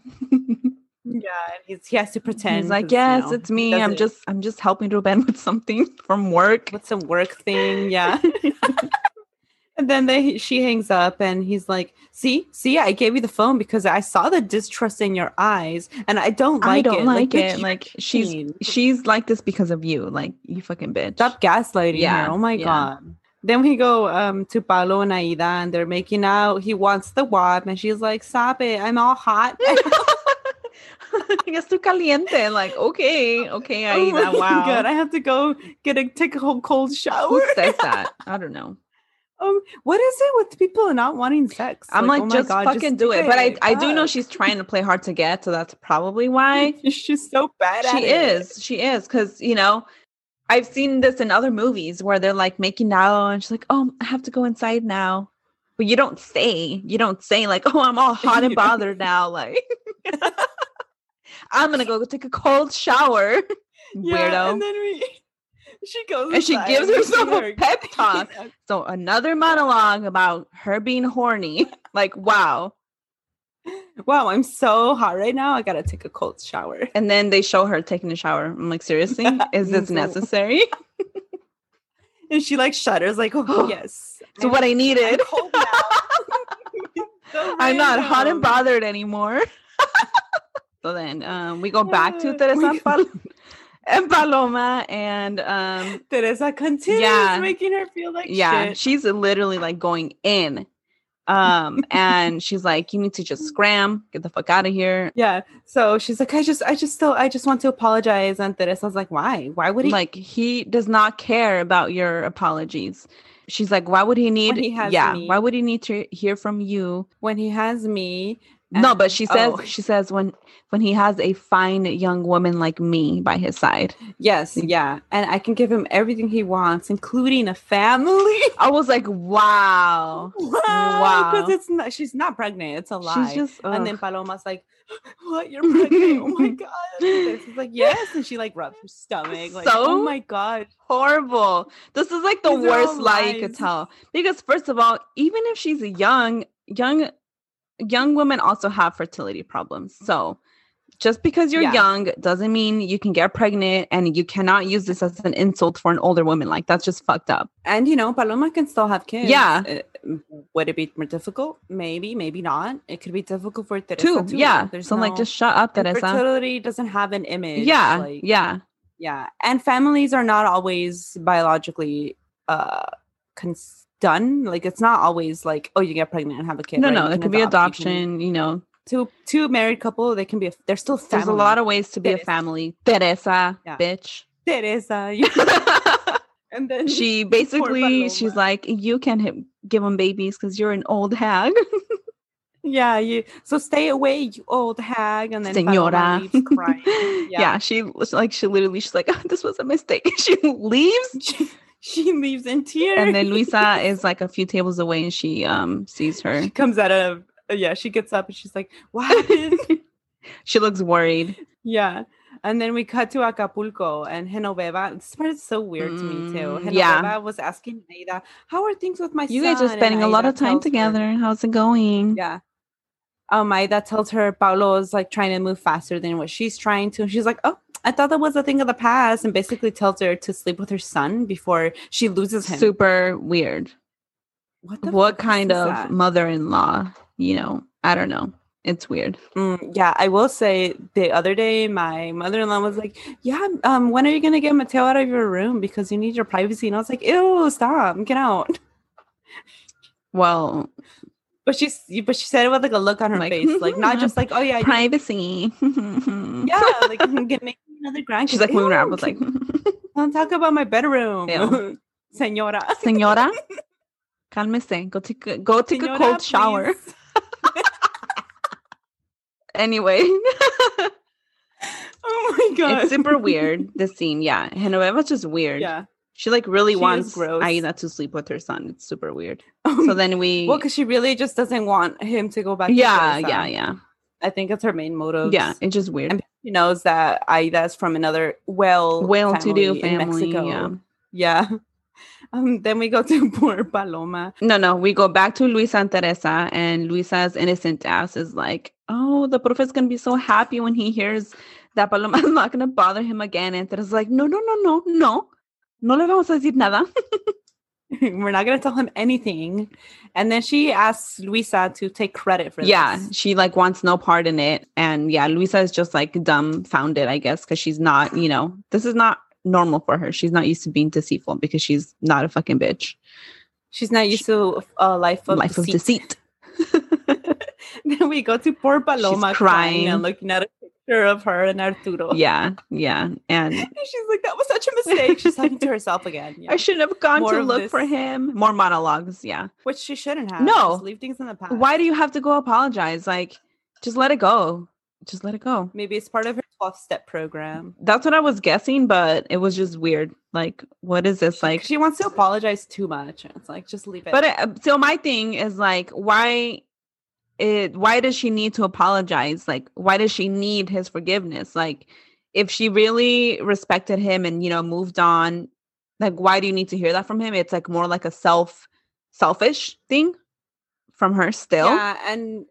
A: yeah, and he's, he has to pretend.
B: he's like
A: 'cause, you
B: yes
A: know,
B: it's
A: he
B: me i'm
A: doesn't-
B: just i'm just helping ruben with something from work
A: with some work thing, yeah. and then they she hangs up, and he's like, "See, see, I gave you the phone because I saw the distrust in your eyes, and I don't like
B: i don't
A: it.
B: like,
A: bitch,
B: it
A: you
B: like she's
A: mean.
B: she's like this because of you like you fucking bitch
A: Stop gaslighting
B: Yeah,
A: her. Oh my
B: yeah.
A: god. Then we go um, to Paolo and Aida, and they're making out. He wants the wad, and she's like, "Stop it! I'm all hot."
B: Estoy caliente. Like, okay, okay,
A: Oh
B: Aida.
A: my
B: wow.
A: God, I have to go get a take a whole cold
B: Who
A: shower.
B: says that? I don't know.
A: Um, what is it with people not wanting sex?
B: I'm like,
A: oh my
B: just
A: God,
B: fucking do it. But I, I do know
A: Fuck.
B: she's trying to play hard to get, so that's probably why
A: she's so bad at
B: she
A: it.
B: is. She is because you know, I've seen this in other movies where they're like making out, and she's like, "Oh, I have to go inside now." But you don't say, you don't say like, "Oh, I'm all hot and
A: You don't.
B: bothered now." Like, I'm gonna go take a cold shower,
A: Yeah,
B: weirdo.
A: and then we, she goes
B: And she
A: inside,
B: gives
A: we see
B: herself a
A: her-
B: pep talk. So another monologue about her being horny. Like, wow.
A: wow, I'm so hot right now. I gotta take a cold shower.
B: And then they show her taking a shower. I'm like, seriously? Is this
A: So-
B: necessary?
A: And she like shudders, like, oh yes.
B: So what I needed.
A: cold now.
B: I'm not hot and bothered anymore. so then um, we go back to
A: Uh,
B: Teresa
A: we
B: and, Pal- and Paloma. And um,
A: Teresa continues
B: Yeah.
A: making her feel like
B: yeah,
A: shit.
B: she's literally like going in. Um, and she's like, you need to just scram, get the fuck out of here.
A: Yeah. So she's like, I just, I just still, I just want to apologize. And Teresa's like, why? Why would he?
B: like he does not care about your apologies. She's like, why would he need?
A: he has
B: yeah,
A: me.
B: why would he need to hear from you?
A: when he has me.
B: no,
A: and-
B: but she says
A: oh,
B: she says when when he has a fine young woman like me by his side.
A: yes, yeah, and I can give him everything he wants, including a family.
B: I was like, wow, Wow.
A: because it's not. She's not pregnant. It's a lie.
B: she's just
A: And then
B: ugh.
A: Paloma's like, "What? You're pregnant? oh my god!" And Teresa's like, "Yes," and she like rubs her stomach. Like,
B: So?
A: "Oh my god!"
B: horrible. This is like the
A: These are
B: worst
A: all
B: lie you could
A: lies.
B: tell because first of all, even if she's a young young young women also have fertility problems. So just because you're
A: Yeah.
B: young doesn't mean you can get pregnant and you cannot use this as an insult for an older woman. Like that's just fucked up.
A: And you know, Paloma can still have kids.
B: Yeah.
A: Uh, m- would it be more difficult? Maybe, maybe not. It could be difficult for Teresa
B: Too,
A: too.
B: yeah.
A: There's
B: so like
A: no-
B: just shut up, Teresa.
A: infertility doesn't have an image.
B: Yeah,
A: like,
B: yeah.
A: yeah. And families are not always biologically uh cons- done. Like it's not always like, oh, you get pregnant and have a kid.
B: No,
A: right?
B: no,
A: You
B: it
A: can
B: could be
A: adopt, you can-
B: adoption. You know,
A: Two two married couple, they can be. A, they're still family.
B: there's a lot of ways to be a
A: Teresa.
B: family. Teresa,
A: Yeah.
B: bitch.
A: Teresa. uh, you- and then
B: she basically she's
A: Paloma.
B: like you can him, give him babies because you're an old hag
A: Yeah, you so stay away, you old hag. And then
B: senora
A: Paloma leaves crying.
B: yeah.
A: Yeah.
B: she was like she literally she's like this was a mistake she leaves
A: She, she leaves in tears.
B: and then luisa is like a few tables away and she um sees her
A: she comes out of yeah, she gets up and she's like, What happened?
B: she looks worried
A: yeah. And then we cut to Acapulco and Genoveva. This part is so weird to me too.
B: Mm,
A: Genoveva
B: yeah.
A: was asking Aida, How are things with my
B: you
A: son?
B: guys are
A: And
B: spending a lot
A: Aida
B: of time
A: tells her-
B: together how's it going
A: Yeah. Um, Aida tells her Paolo is like trying to move faster than what she's trying to. And she's like, Oh, I thought that was a thing of the past, and basically tells her to sleep with her son before she loses him.
B: super weird
A: What, the
B: what
A: fuck is
B: kind of
A: that?
B: mother-in-law you know i don't know it's weird
A: Mm, yeah, I will say the other day my mother-in-law was like, "Yeah, um, when are you gonna get Mateo out of your room because you need your privacy?" And I was like, "Ew, stop, get out!"
B: well
A: But she's but she said it with like a look on her
B: Like,
A: face, like not just like, "Oh yeah, you-
B: privacy
A: yeah, like get me another grandkid."
B: She's like moving around. I
A: Ew,
B: was like,
A: "Don't talk about my bedroom,
B: Ew.
A: señora."
B: Senora, cálmese. Go take a, go take a
A: Señora,
B: cold shower.
A: please.
B: Anyway,
A: Oh my god.
B: it's super weird. This scene, yeah, Genoveva's just weird.
A: Yeah.
B: She like really
A: She is
B: wants
A: gross.
B: Aida to sleep with her son. It's super weird. So then we,
A: Um, well, because she really just doesn't want him to go back. to
B: yeah,
A: Teresa.
B: yeah, yeah,
A: I think it's her main motive.
B: yeah. It's just weird.
A: And she knows that Aida's from another well
B: Well to do
A: in
B: family.
A: Mexico.
B: Yeah.
A: Yeah. Um, then we go to poor Paloma.
B: No, no. We go back to Luisa and Teresa, and Luisa's innocent ass is like, "Oh, the prophet's gonna be so happy when he hears that Paloma's not gonna bother him again." And Teresa's like, "No, no, no, no, no, no le vamos a decir nada."
A: We're not gonna tell him anything. And then she asks Luisa to take credit for this.
B: yeah, she like wants no part in it, and yeah, Luisa is just like dumbfounded, I guess, because she's not, you know, this is not normal for her. She's not used to being deceitful because she's not a fucking bitch.
A: She's not used to a life of
B: Life
A: deceit.
B: of deceit.
A: then we go to poor Paloma
B: She's
A: crying.
B: crying.
A: and looking at a picture of her and Arturo.
B: yeah, yeah, and
A: She's like, that was such a mistake. She's talking to herself again. Yeah.
B: I shouldn't have gone
A: More
B: to
A: of
B: look for
A: this.
B: him. More monologues, yeah.
A: Which she shouldn't have.
B: No.
A: Just leave things in the past.
B: Why do you have to go apologize? Like, just let it go. Just let it go.
A: Maybe it's part of her 12 step program.
B: That's what I was guessing, but it was just weird. Like, what is this? Like,
A: She wants to apologize too much. It's like, just leave it.
B: but it, so my thing is like, why? It why does she need to apologize? Like, why does she need his forgiveness? Like, if she really respected him and you know moved on, like, why do you need to hear that from him? It's like more like a self, selfish thing from her still.
A: yeah. And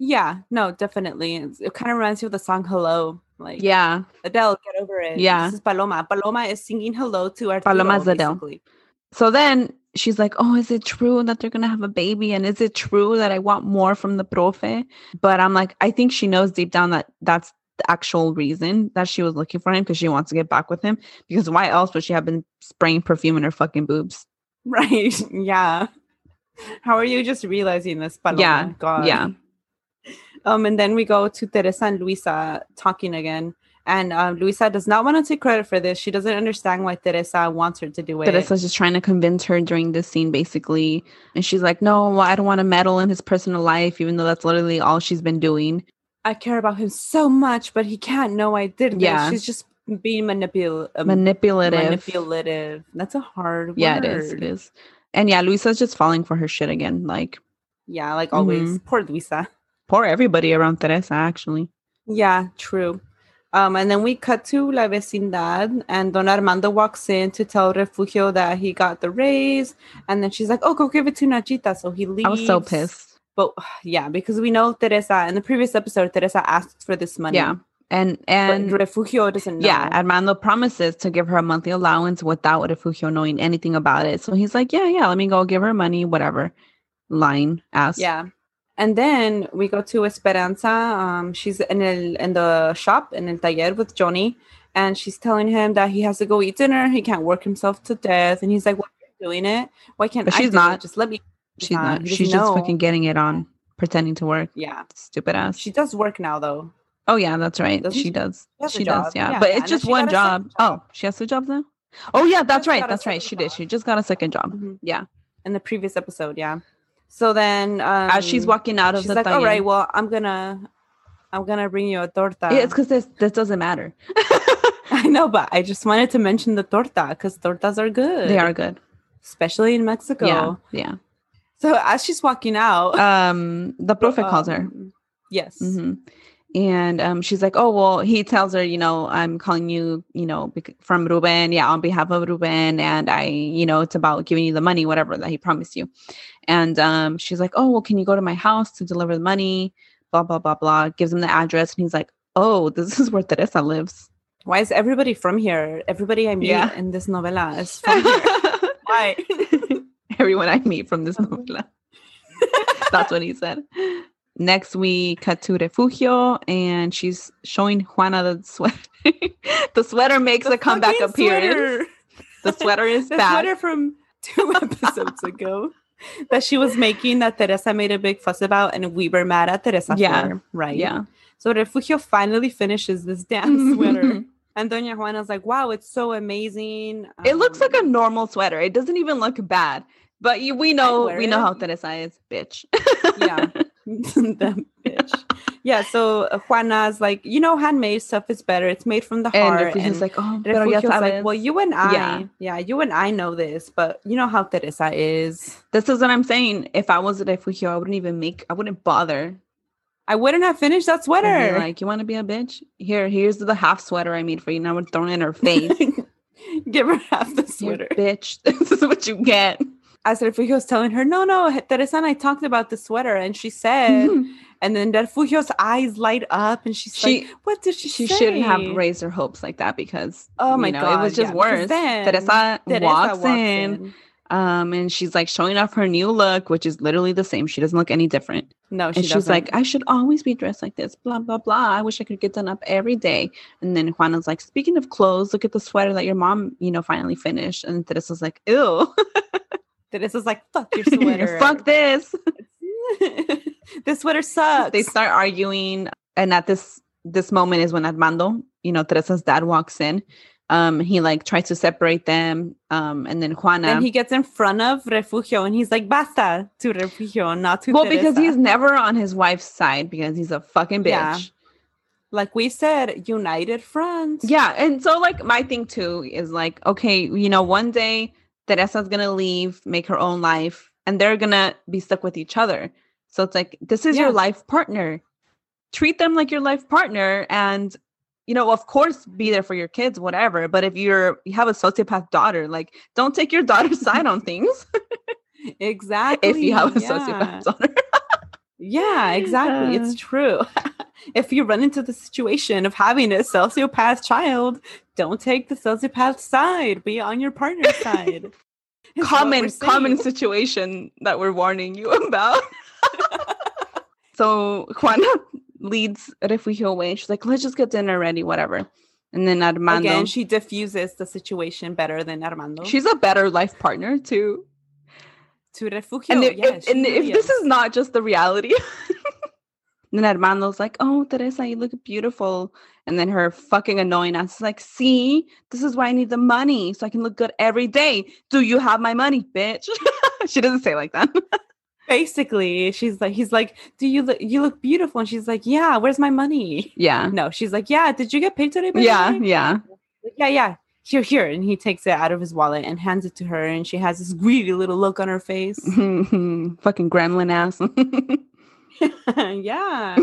A: yeah, no, definitely. It's, it kind of reminds you of the song Hello. Like,
B: yeah.
A: Adele, get over it.
B: Yeah.
A: This is Paloma. Paloma is singing hello to Arturo.
B: Paloma's Adele.
A: basically.
B: So then she's like, Oh, is it true that they're going to have a baby? And is it true that I want more from the profe? But I'm like, I think she knows deep down that that's the actual reason that she was looking for him because she wants to get back with him. Because why else would she have been spraying perfume in her fucking boobs?
A: Right. Yeah. How are you just realizing this, Paloma?
B: Yeah,
A: God.
B: yeah.
A: Um, and then we go to Teresa and Luisa talking again. And uh, Luisa does not want to take credit for this. She doesn't understand why Teresa wants her to do it.
B: Teresa's just trying to convince her during this scene, basically. And she's like, No, well, I don't want to meddle in his personal life, even though that's literally all she's been doing.
A: I care about him so much, but he can't know I did this.
B: Yeah.
A: She's just being manipul- um,
B: Manipulative.
A: manipulative. That's a hard word.
B: yeah, it is. It is. And yeah, Luisa's just falling for her shit again. Like,
A: Yeah, like
B: Mm-hmm.
A: always. Poor Luisa.
B: poor everybody around Teresa, actually.
A: Yeah, true. Um, and then we cut to La Vecindad, and Don Armando walks in to tell Refugio that he got the raise. And then she's like, Oh, go give it to Nachita. So he leaves.
B: I was so pissed.
A: But yeah, because we know Teresa in the previous episode, Teresa asked for this money.
B: Yeah. And and
A: And Refugio doesn't know.
B: yeah, Armando promises to give her a monthly allowance without Refugio knowing anything about it. So he's like, Yeah, yeah, let me go give her money, whatever. Line ass.
A: Yeah. And then we go to Esperanza. Um, she's in el, in the shop in el taller with Johnny, and she's telling him that he has to go eat dinner. He can't work himself to death, and he's like, "Why are you doing it? Why can't
B: But
A: I
B: she's
A: do
B: not.
A: It? Just let me."
B: She's not.
A: He doesn't
B: She's just
A: know.
B: fucking getting it on, pretending to work.
A: Yeah,
B: Stupid ass.
A: she does work now though.
B: oh yeah, that's right.
A: Doesn't
B: She,
A: she?
B: does.
A: has a
B: She does,
A: job.
B: yeah.
A: Yeah,
B: But
A: and
B: it's
A: then
B: just
A: she
B: one
A: got a second
B: job. Oh, she has two jobs now? Oh yeah, that's
A: just
B: right.
A: got a
B: That's right.
A: second
B: She did.
A: job.
B: She just got a second job.
A: Mhm.
B: Yeah.
A: In the previous episode, yeah. So then, um,
B: As she's walking out of
A: she's
B: the
A: like,
B: taller-
A: "All right, well, I'm gonna, I'm gonna bring you a torta."
B: Yeah, it's because this this doesn't matter.
A: I know, but I just wanted to mention the torta because tortas are good.
B: they are good.
A: especially in Mexico.
B: Yeah,
A: So as she's walking out,
B: yeah. Um, the prophet calls her,
A: um, Yes.
B: Mhm. and um, she's like, "Oh well." He tells her, "You know, I'm calling you, you know, bec- from Ruben, yeah, on behalf of Ruben, and I, you know, it's about giving you the money, whatever that he promised you." And um, she's like, "Oh well, can you go to my house to deliver the money?" Blah blah blah blah. Gives him the address, and he's like, "Oh, this is where Teresa lives."
A: Why is everybody from here? Everybody I meet
B: Yeah.
A: in this novela is from here. Why?
B: Everyone I meet from this novela. That's what he said. Next, we cut to Refugio, and she's showing Juana the sweater. the sweater makes a comeback
A: Fucking
B: appearance.
A: sweater.
B: The sweater is
A: The
B: back.
A: sweater from two episodes ago that she was making that Teresa made a big fuss about, and we were mad at Teresa
B: Yeah.
A: for. Right.
B: Yeah,
A: So Refugio finally finishes this damn sweater. And Doña Juana's like, wow, it's so amazing.
B: it looks like a
A: Um,
B: normal sweater. It doesn't even look bad. But you, we know,
A: wear
B: we know
A: it.
B: how Teresa is, bitch.
A: yeah. that bitch. Yeah, so uh, Juana's like, you know, handmade stuff is better. It's made from the
B: And
A: heart.
B: Refugio's
A: and
B: like, oh, pero ya
A: Refugio's like,
B: sabes.
A: well, you and I,
B: Yeah.
A: yeah. you and I know this, but you know how Teresa is.
B: this is what I'm saying. If I was a refugio, I wouldn't even make, I wouldn't bother.
A: I wouldn't have finished that
B: I'd be
A: sweater.
B: Like, you want to be a bitch? Here, here's the half sweater I made for you. Now we're throwing it in her face.
A: Give her half the
B: You
A: sweater.
B: bitch. This is what you get.
A: As Refugio's telling her, no, no, Teresa and I talked about the sweater, and she said,
B: Mm-hmm.
A: and then Refugio's eyes light up, and she's
B: She-
A: like, what did she,
B: she
A: say?
B: shouldn't have raised her hopes like that because
A: Oh
B: you
A: my
B: know,
A: god,
B: it was just
A: yeah, because
B: worse.
A: then
B: Teresa,
A: Teresa
B: walks, in, um, and she's like showing off her new look, which is literally the same. She doesn't look any different.
A: No, she
B: and she's
A: doesn't.
B: like, I should always be dressed like this, blah, blah, blah. I wish I could get done up every day. And then Juana's like, Speaking of clothes, look at the sweater that your mom, you know, finally finished. And Teresa's like, Ew,
A: Teresa's like, fuck your sweater.
B: fuck this.
A: this sweater sucks.
B: They start arguing. And at this this moment is when Armando, you know, Teresa's dad walks in. Um, he like tries to separate them. Um, and then Juana
A: Then he gets in front of Refugio and he's like, basta to Refugio, not to
B: well, because he's
A: Teresa."
B: never on his wife's side because he's a fucking bitch.
A: Yeah. like we said, united front.
B: Yeah, and so like my thing too is like, okay, you know, one day Teresa's gonna leave, make her own life, and they're gonna be stuck with each other. So it's like this is your
A: Yeah.
B: life partner. Treat them like your life partner, and you know, of course, be there for your kids, whatever. But if you're you have a sociopath daughter, like don't take your daughter's side on things
A: Exactly.
B: if you have a
A: yeah.
B: sociopath daughter.
A: Yeah, exactly.
B: Uh.
A: it's true. if you run into the situation of having a sociopath child, don't take the sociopath side. Be on your partner's side. Is what we're
B: common
A: saying.
B: common situation that we're warning you about. so Juana leads Refugio away. She's like, let's just get dinner ready, whatever. And then Armando,
A: Again, she diffuses the situation better than Armando.
B: she's a better life partner too.
A: to Refugio.
B: And, if,
A: yeah,
B: if,
A: she
B: and
A: really
B: if this is not just the reality. And then Armando's like, oh, Teresa, you look beautiful. And then her fucking annoying ass is like, see, this is why I need the money so I can look good every day. Do you have my money, bitch? she doesn't say it like that.
A: basically she's like he's like do you look you look beautiful and she's like yeah where's my money
B: Yeah.
A: no she's like yeah did you get paid today by the
B: Yeah,
A: way?"
B: yeah.
A: Like, yeah yeah here here and he takes it out of his wallet and hands it to her and she has this greedy little look on her face
B: Fucking gremlin ass.
A: yeah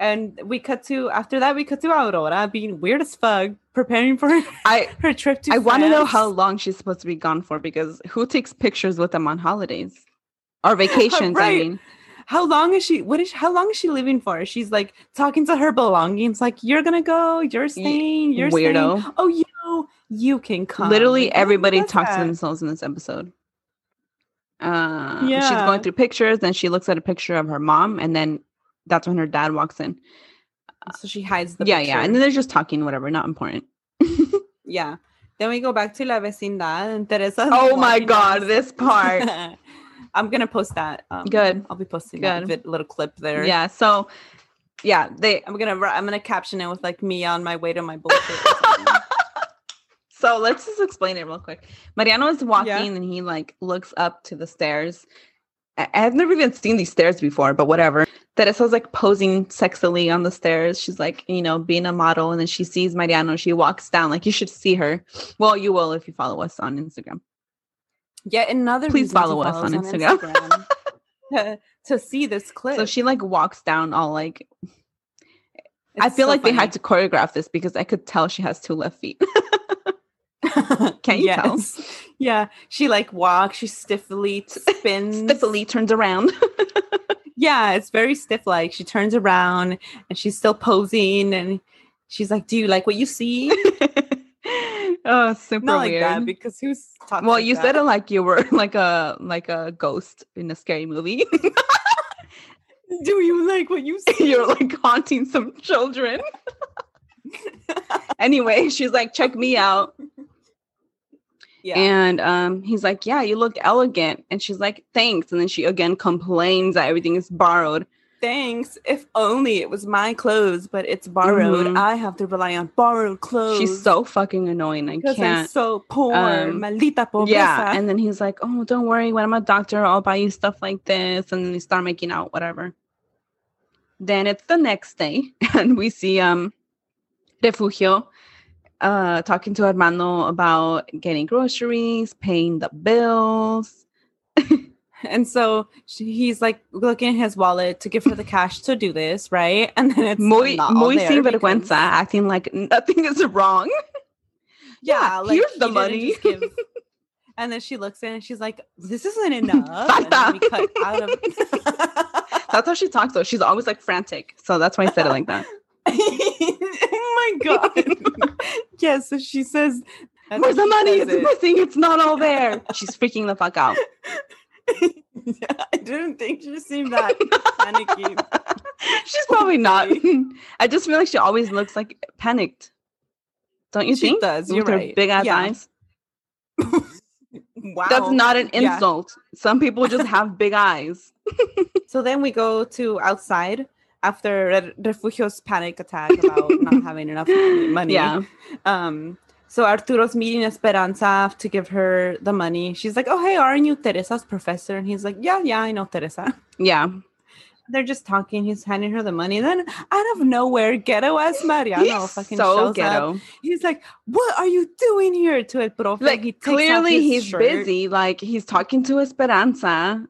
A: and we cut to after that we cut to aurora being weird as fuck preparing for her,
B: I
A: her trip to
B: I want to know
A: France.
B: how long she's supposed to be gone for because who takes pictures with them on holidays or vacations? I
A: Right.
B: mean,
A: how long is she what is how long is she living for she's like talking to her belongings like you're gonna go you're staying you're staying.
B: weirdo.
A: oh you know you can come
B: Literally
A: Like, oh, nobody
B: everybody
A: does
B: talks to
A: that.
B: themselves in this episode. Uh, she's
A: Yeah.
B: going through pictures, then she looks at a picture of her mom, and then that's when her dad walks in.
A: so she hides the
B: yeah, yeah, and
A: picture.
B: then they're just talking, whatever, not important.
A: yeah then we go back to la vecindad and teresa
B: Oh my god, this part.
A: i'm gonna post that um,
B: Good.
A: i'll be posting
B: Good.
A: that vid- little clip there
B: yeah, so yeah, they
A: i'm gonna ri- i'm gonna caption it with like me on my way to my bullshit or something.
B: So let's just explain it real quick. Mariano is walking and he like looks up to the stairs. I- I've never even seen these stairs before, but whatever. Teresa's like posing sexily on the stairs. She's like, you know, being a model. And then she sees Mariano. She walks down. Like, you should see her. Well, you will if you follow us on Instagram.
A: yet another
B: Please
A: reason to
B: follow us
A: follow
B: on Instagram.
A: Instagram to, to see this clip
B: So she like walks down all like, I
A: It's
B: feel
A: so
B: like they
A: funny.
B: had to choreograph this because I could tell she has two left feet. Can you tell?
A: yes. Yeah. She like walks, she stiffly spins.
B: Stiffly turns around.
A: Yeah, it's very stiff. Like she turns around and she's still posing and she's like, Do you like what you see?
B: oh, super
A: Not like
B: weird.
A: that because who's talking?
B: Well,
A: like
B: you
A: that?
B: said it like you were like a like a ghost in a scary movie.
A: Do you like what you see?
B: You're like haunting some children. anyway, she's like, check me out.
A: Yeah.
B: And um he's like, Yeah, you look elegant. And she's like, Thanks. And then she again complains that everything is borrowed.
A: thanks. If only it was my clothes, but it's borrowed.
B: Mhm.
A: I have to rely on borrowed clothes.
B: She's so fucking annoying. I
A: because I'm
B: can't.
A: so poor.
B: um,
A: Malita pobreza.
B: yeah. And then he's like, oh, don't worry. When I'm a doctor, I'll buy you stuff like this. And then they start making out, whatever. Then it's the next day, and we see um Refugio uh talking to Armando about getting groceries, paying the bills.
A: And so she, he's like looking in his wallet to give her the cash to do this, right? And then it's
B: Muy,
A: not all
B: muy
A: there
B: sin
A: because-
B: vergüenza, acting like nothing is wrong.
A: Yeah,
B: Yeah,
A: like
B: here's the
A: he didn't
B: money.
A: just give- and then she looks in and she's like, "This isn't enough." and
B: Falta.
A: then we cut out of.
B: That's how she talks, though. She's always like frantic. So that's why I said it like that.
A: oh my god! yeah, so she says, that's
B: Where's
A: how
B: the
A: she
B: money?
A: says
B: It's
A: it.
B: missing. It's not all there. She's freaking the fuck out.
A: yeah, I didn't think she seemed that panicky.
B: She's probably not. I just feel like she always looks like panicked. Don't you
A: She
B: think?
A: does, you're
B: With her
A: right.
B: big ass
A: Yeah.
B: eyes.
A: Wow.
B: That's not an
A: Yeah.
B: insult. Some people just have big eyes.
A: So then we go to outside after Re- Refugio's panic attack about not having enough money.
B: Yeah.
A: Um, so Arturo's meeting Esperanza to give her the money. She's like, "Oh hey, aren't you Teresa's professor?" And he's like, "Yeah, yeah, I know Teresa."
B: Yeah.
A: They're just talking. He's handing her the money. Then out of nowhere, ghetto as Mariano
B: He's
A: fucking
B: so
A: shows up.
B: ghetto.
A: He's like, "What are you doing here?" To El Profe.
B: Like
A: He takes off
B: clearly
A: his
B: he's
A: shirt.
B: busy. Like he's talking to Esperanza.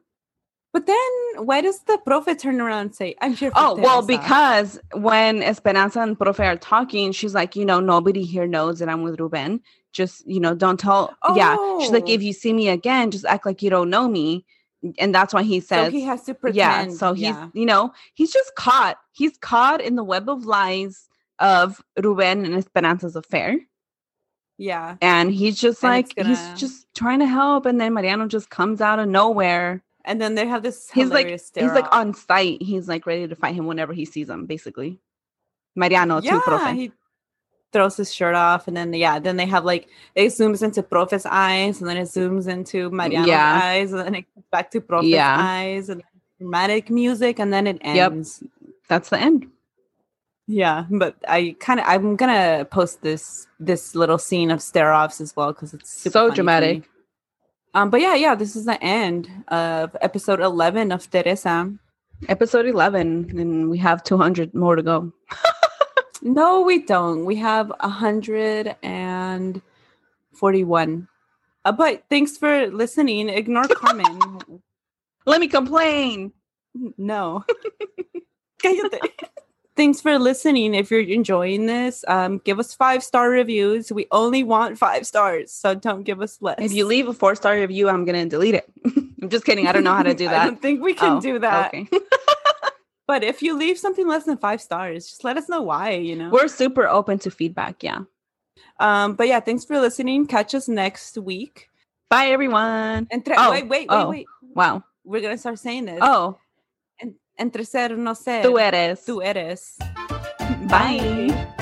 A: But then, why does the Profe turn around and say, "I'm here"? For
B: Oh, well,
A: Teresa?"
B: because when Esperanza and Profe are talking, she's like, you know, nobody here knows that I'm with Ruben. Just, you know, don't tell. Yeah. She's like,
A: Oh.
B: if you see me again, just act like you don't know me. And that's why he says,
A: so he has to
B: yeah.
A: pretend.
B: So he's,
A: yeah.
B: you know, he's just caught. He's caught in the web of lies of Ruben and Esperanza's affair.
A: yeah.
B: And he's just
A: And it's
B: like, he's
A: gonna-
B: just trying to help. And then Mariano just comes out of nowhere.
A: And then they have this.
B: He's like-
A: hilarious
B: He's like
A: stare-off.
B: on site. He's like ready to fight him whenever he sees him, basically. Mariano to
A: yeah.
B: profe.
A: He throws his shirt off, and then yeah, then they have like it zooms into Profe's eyes, and then it zooms into Mariano's
B: Yeah.
A: eyes, and then it comes back to Profe's
B: Yeah.
A: eyes, and dramatic music, and then it
B: Yep.
A: ends.
B: That's the end.
A: Yeah, but I kind of I'm gonna post this this little scene of stare offs as well because it's super
B: So
A: funny to me.
B: dramatic.
A: Um, but yeah, yeah, this is the end of episode eleven of Teresa.
B: Episode 11, and we have 200 more to go.
A: No, we don't. We have a 141. Uh, but thanks for listening. Ignore Carmen.
B: Let me complain.
A: no. Cállate. thanks for listening. If you're enjoying this, um, give us five star reviews. We only want five stars, so don't give us less.
B: If you leave a four star review, I'm going to delete it. I'm just kidding. I don't know how to do
A: I
B: that.
A: don't think we can
B: Oh,
A: do that.
B: Okay.
A: But if you leave something less than five stars, just let us know why, you know?
B: We're super open to feedback. Yeah.
A: Um, but yeah, thanks for listening. Catch us next week.
B: Bye, everyone.
A: Entre-
B: Oh,
A: wait, wait, wait,
B: oh.
A: wait.
B: Wow.
A: We're gonna start saying this.
B: Oh,
A: En- entre ser no ser.
B: tú eres.
A: Tú eres.
B: Bye.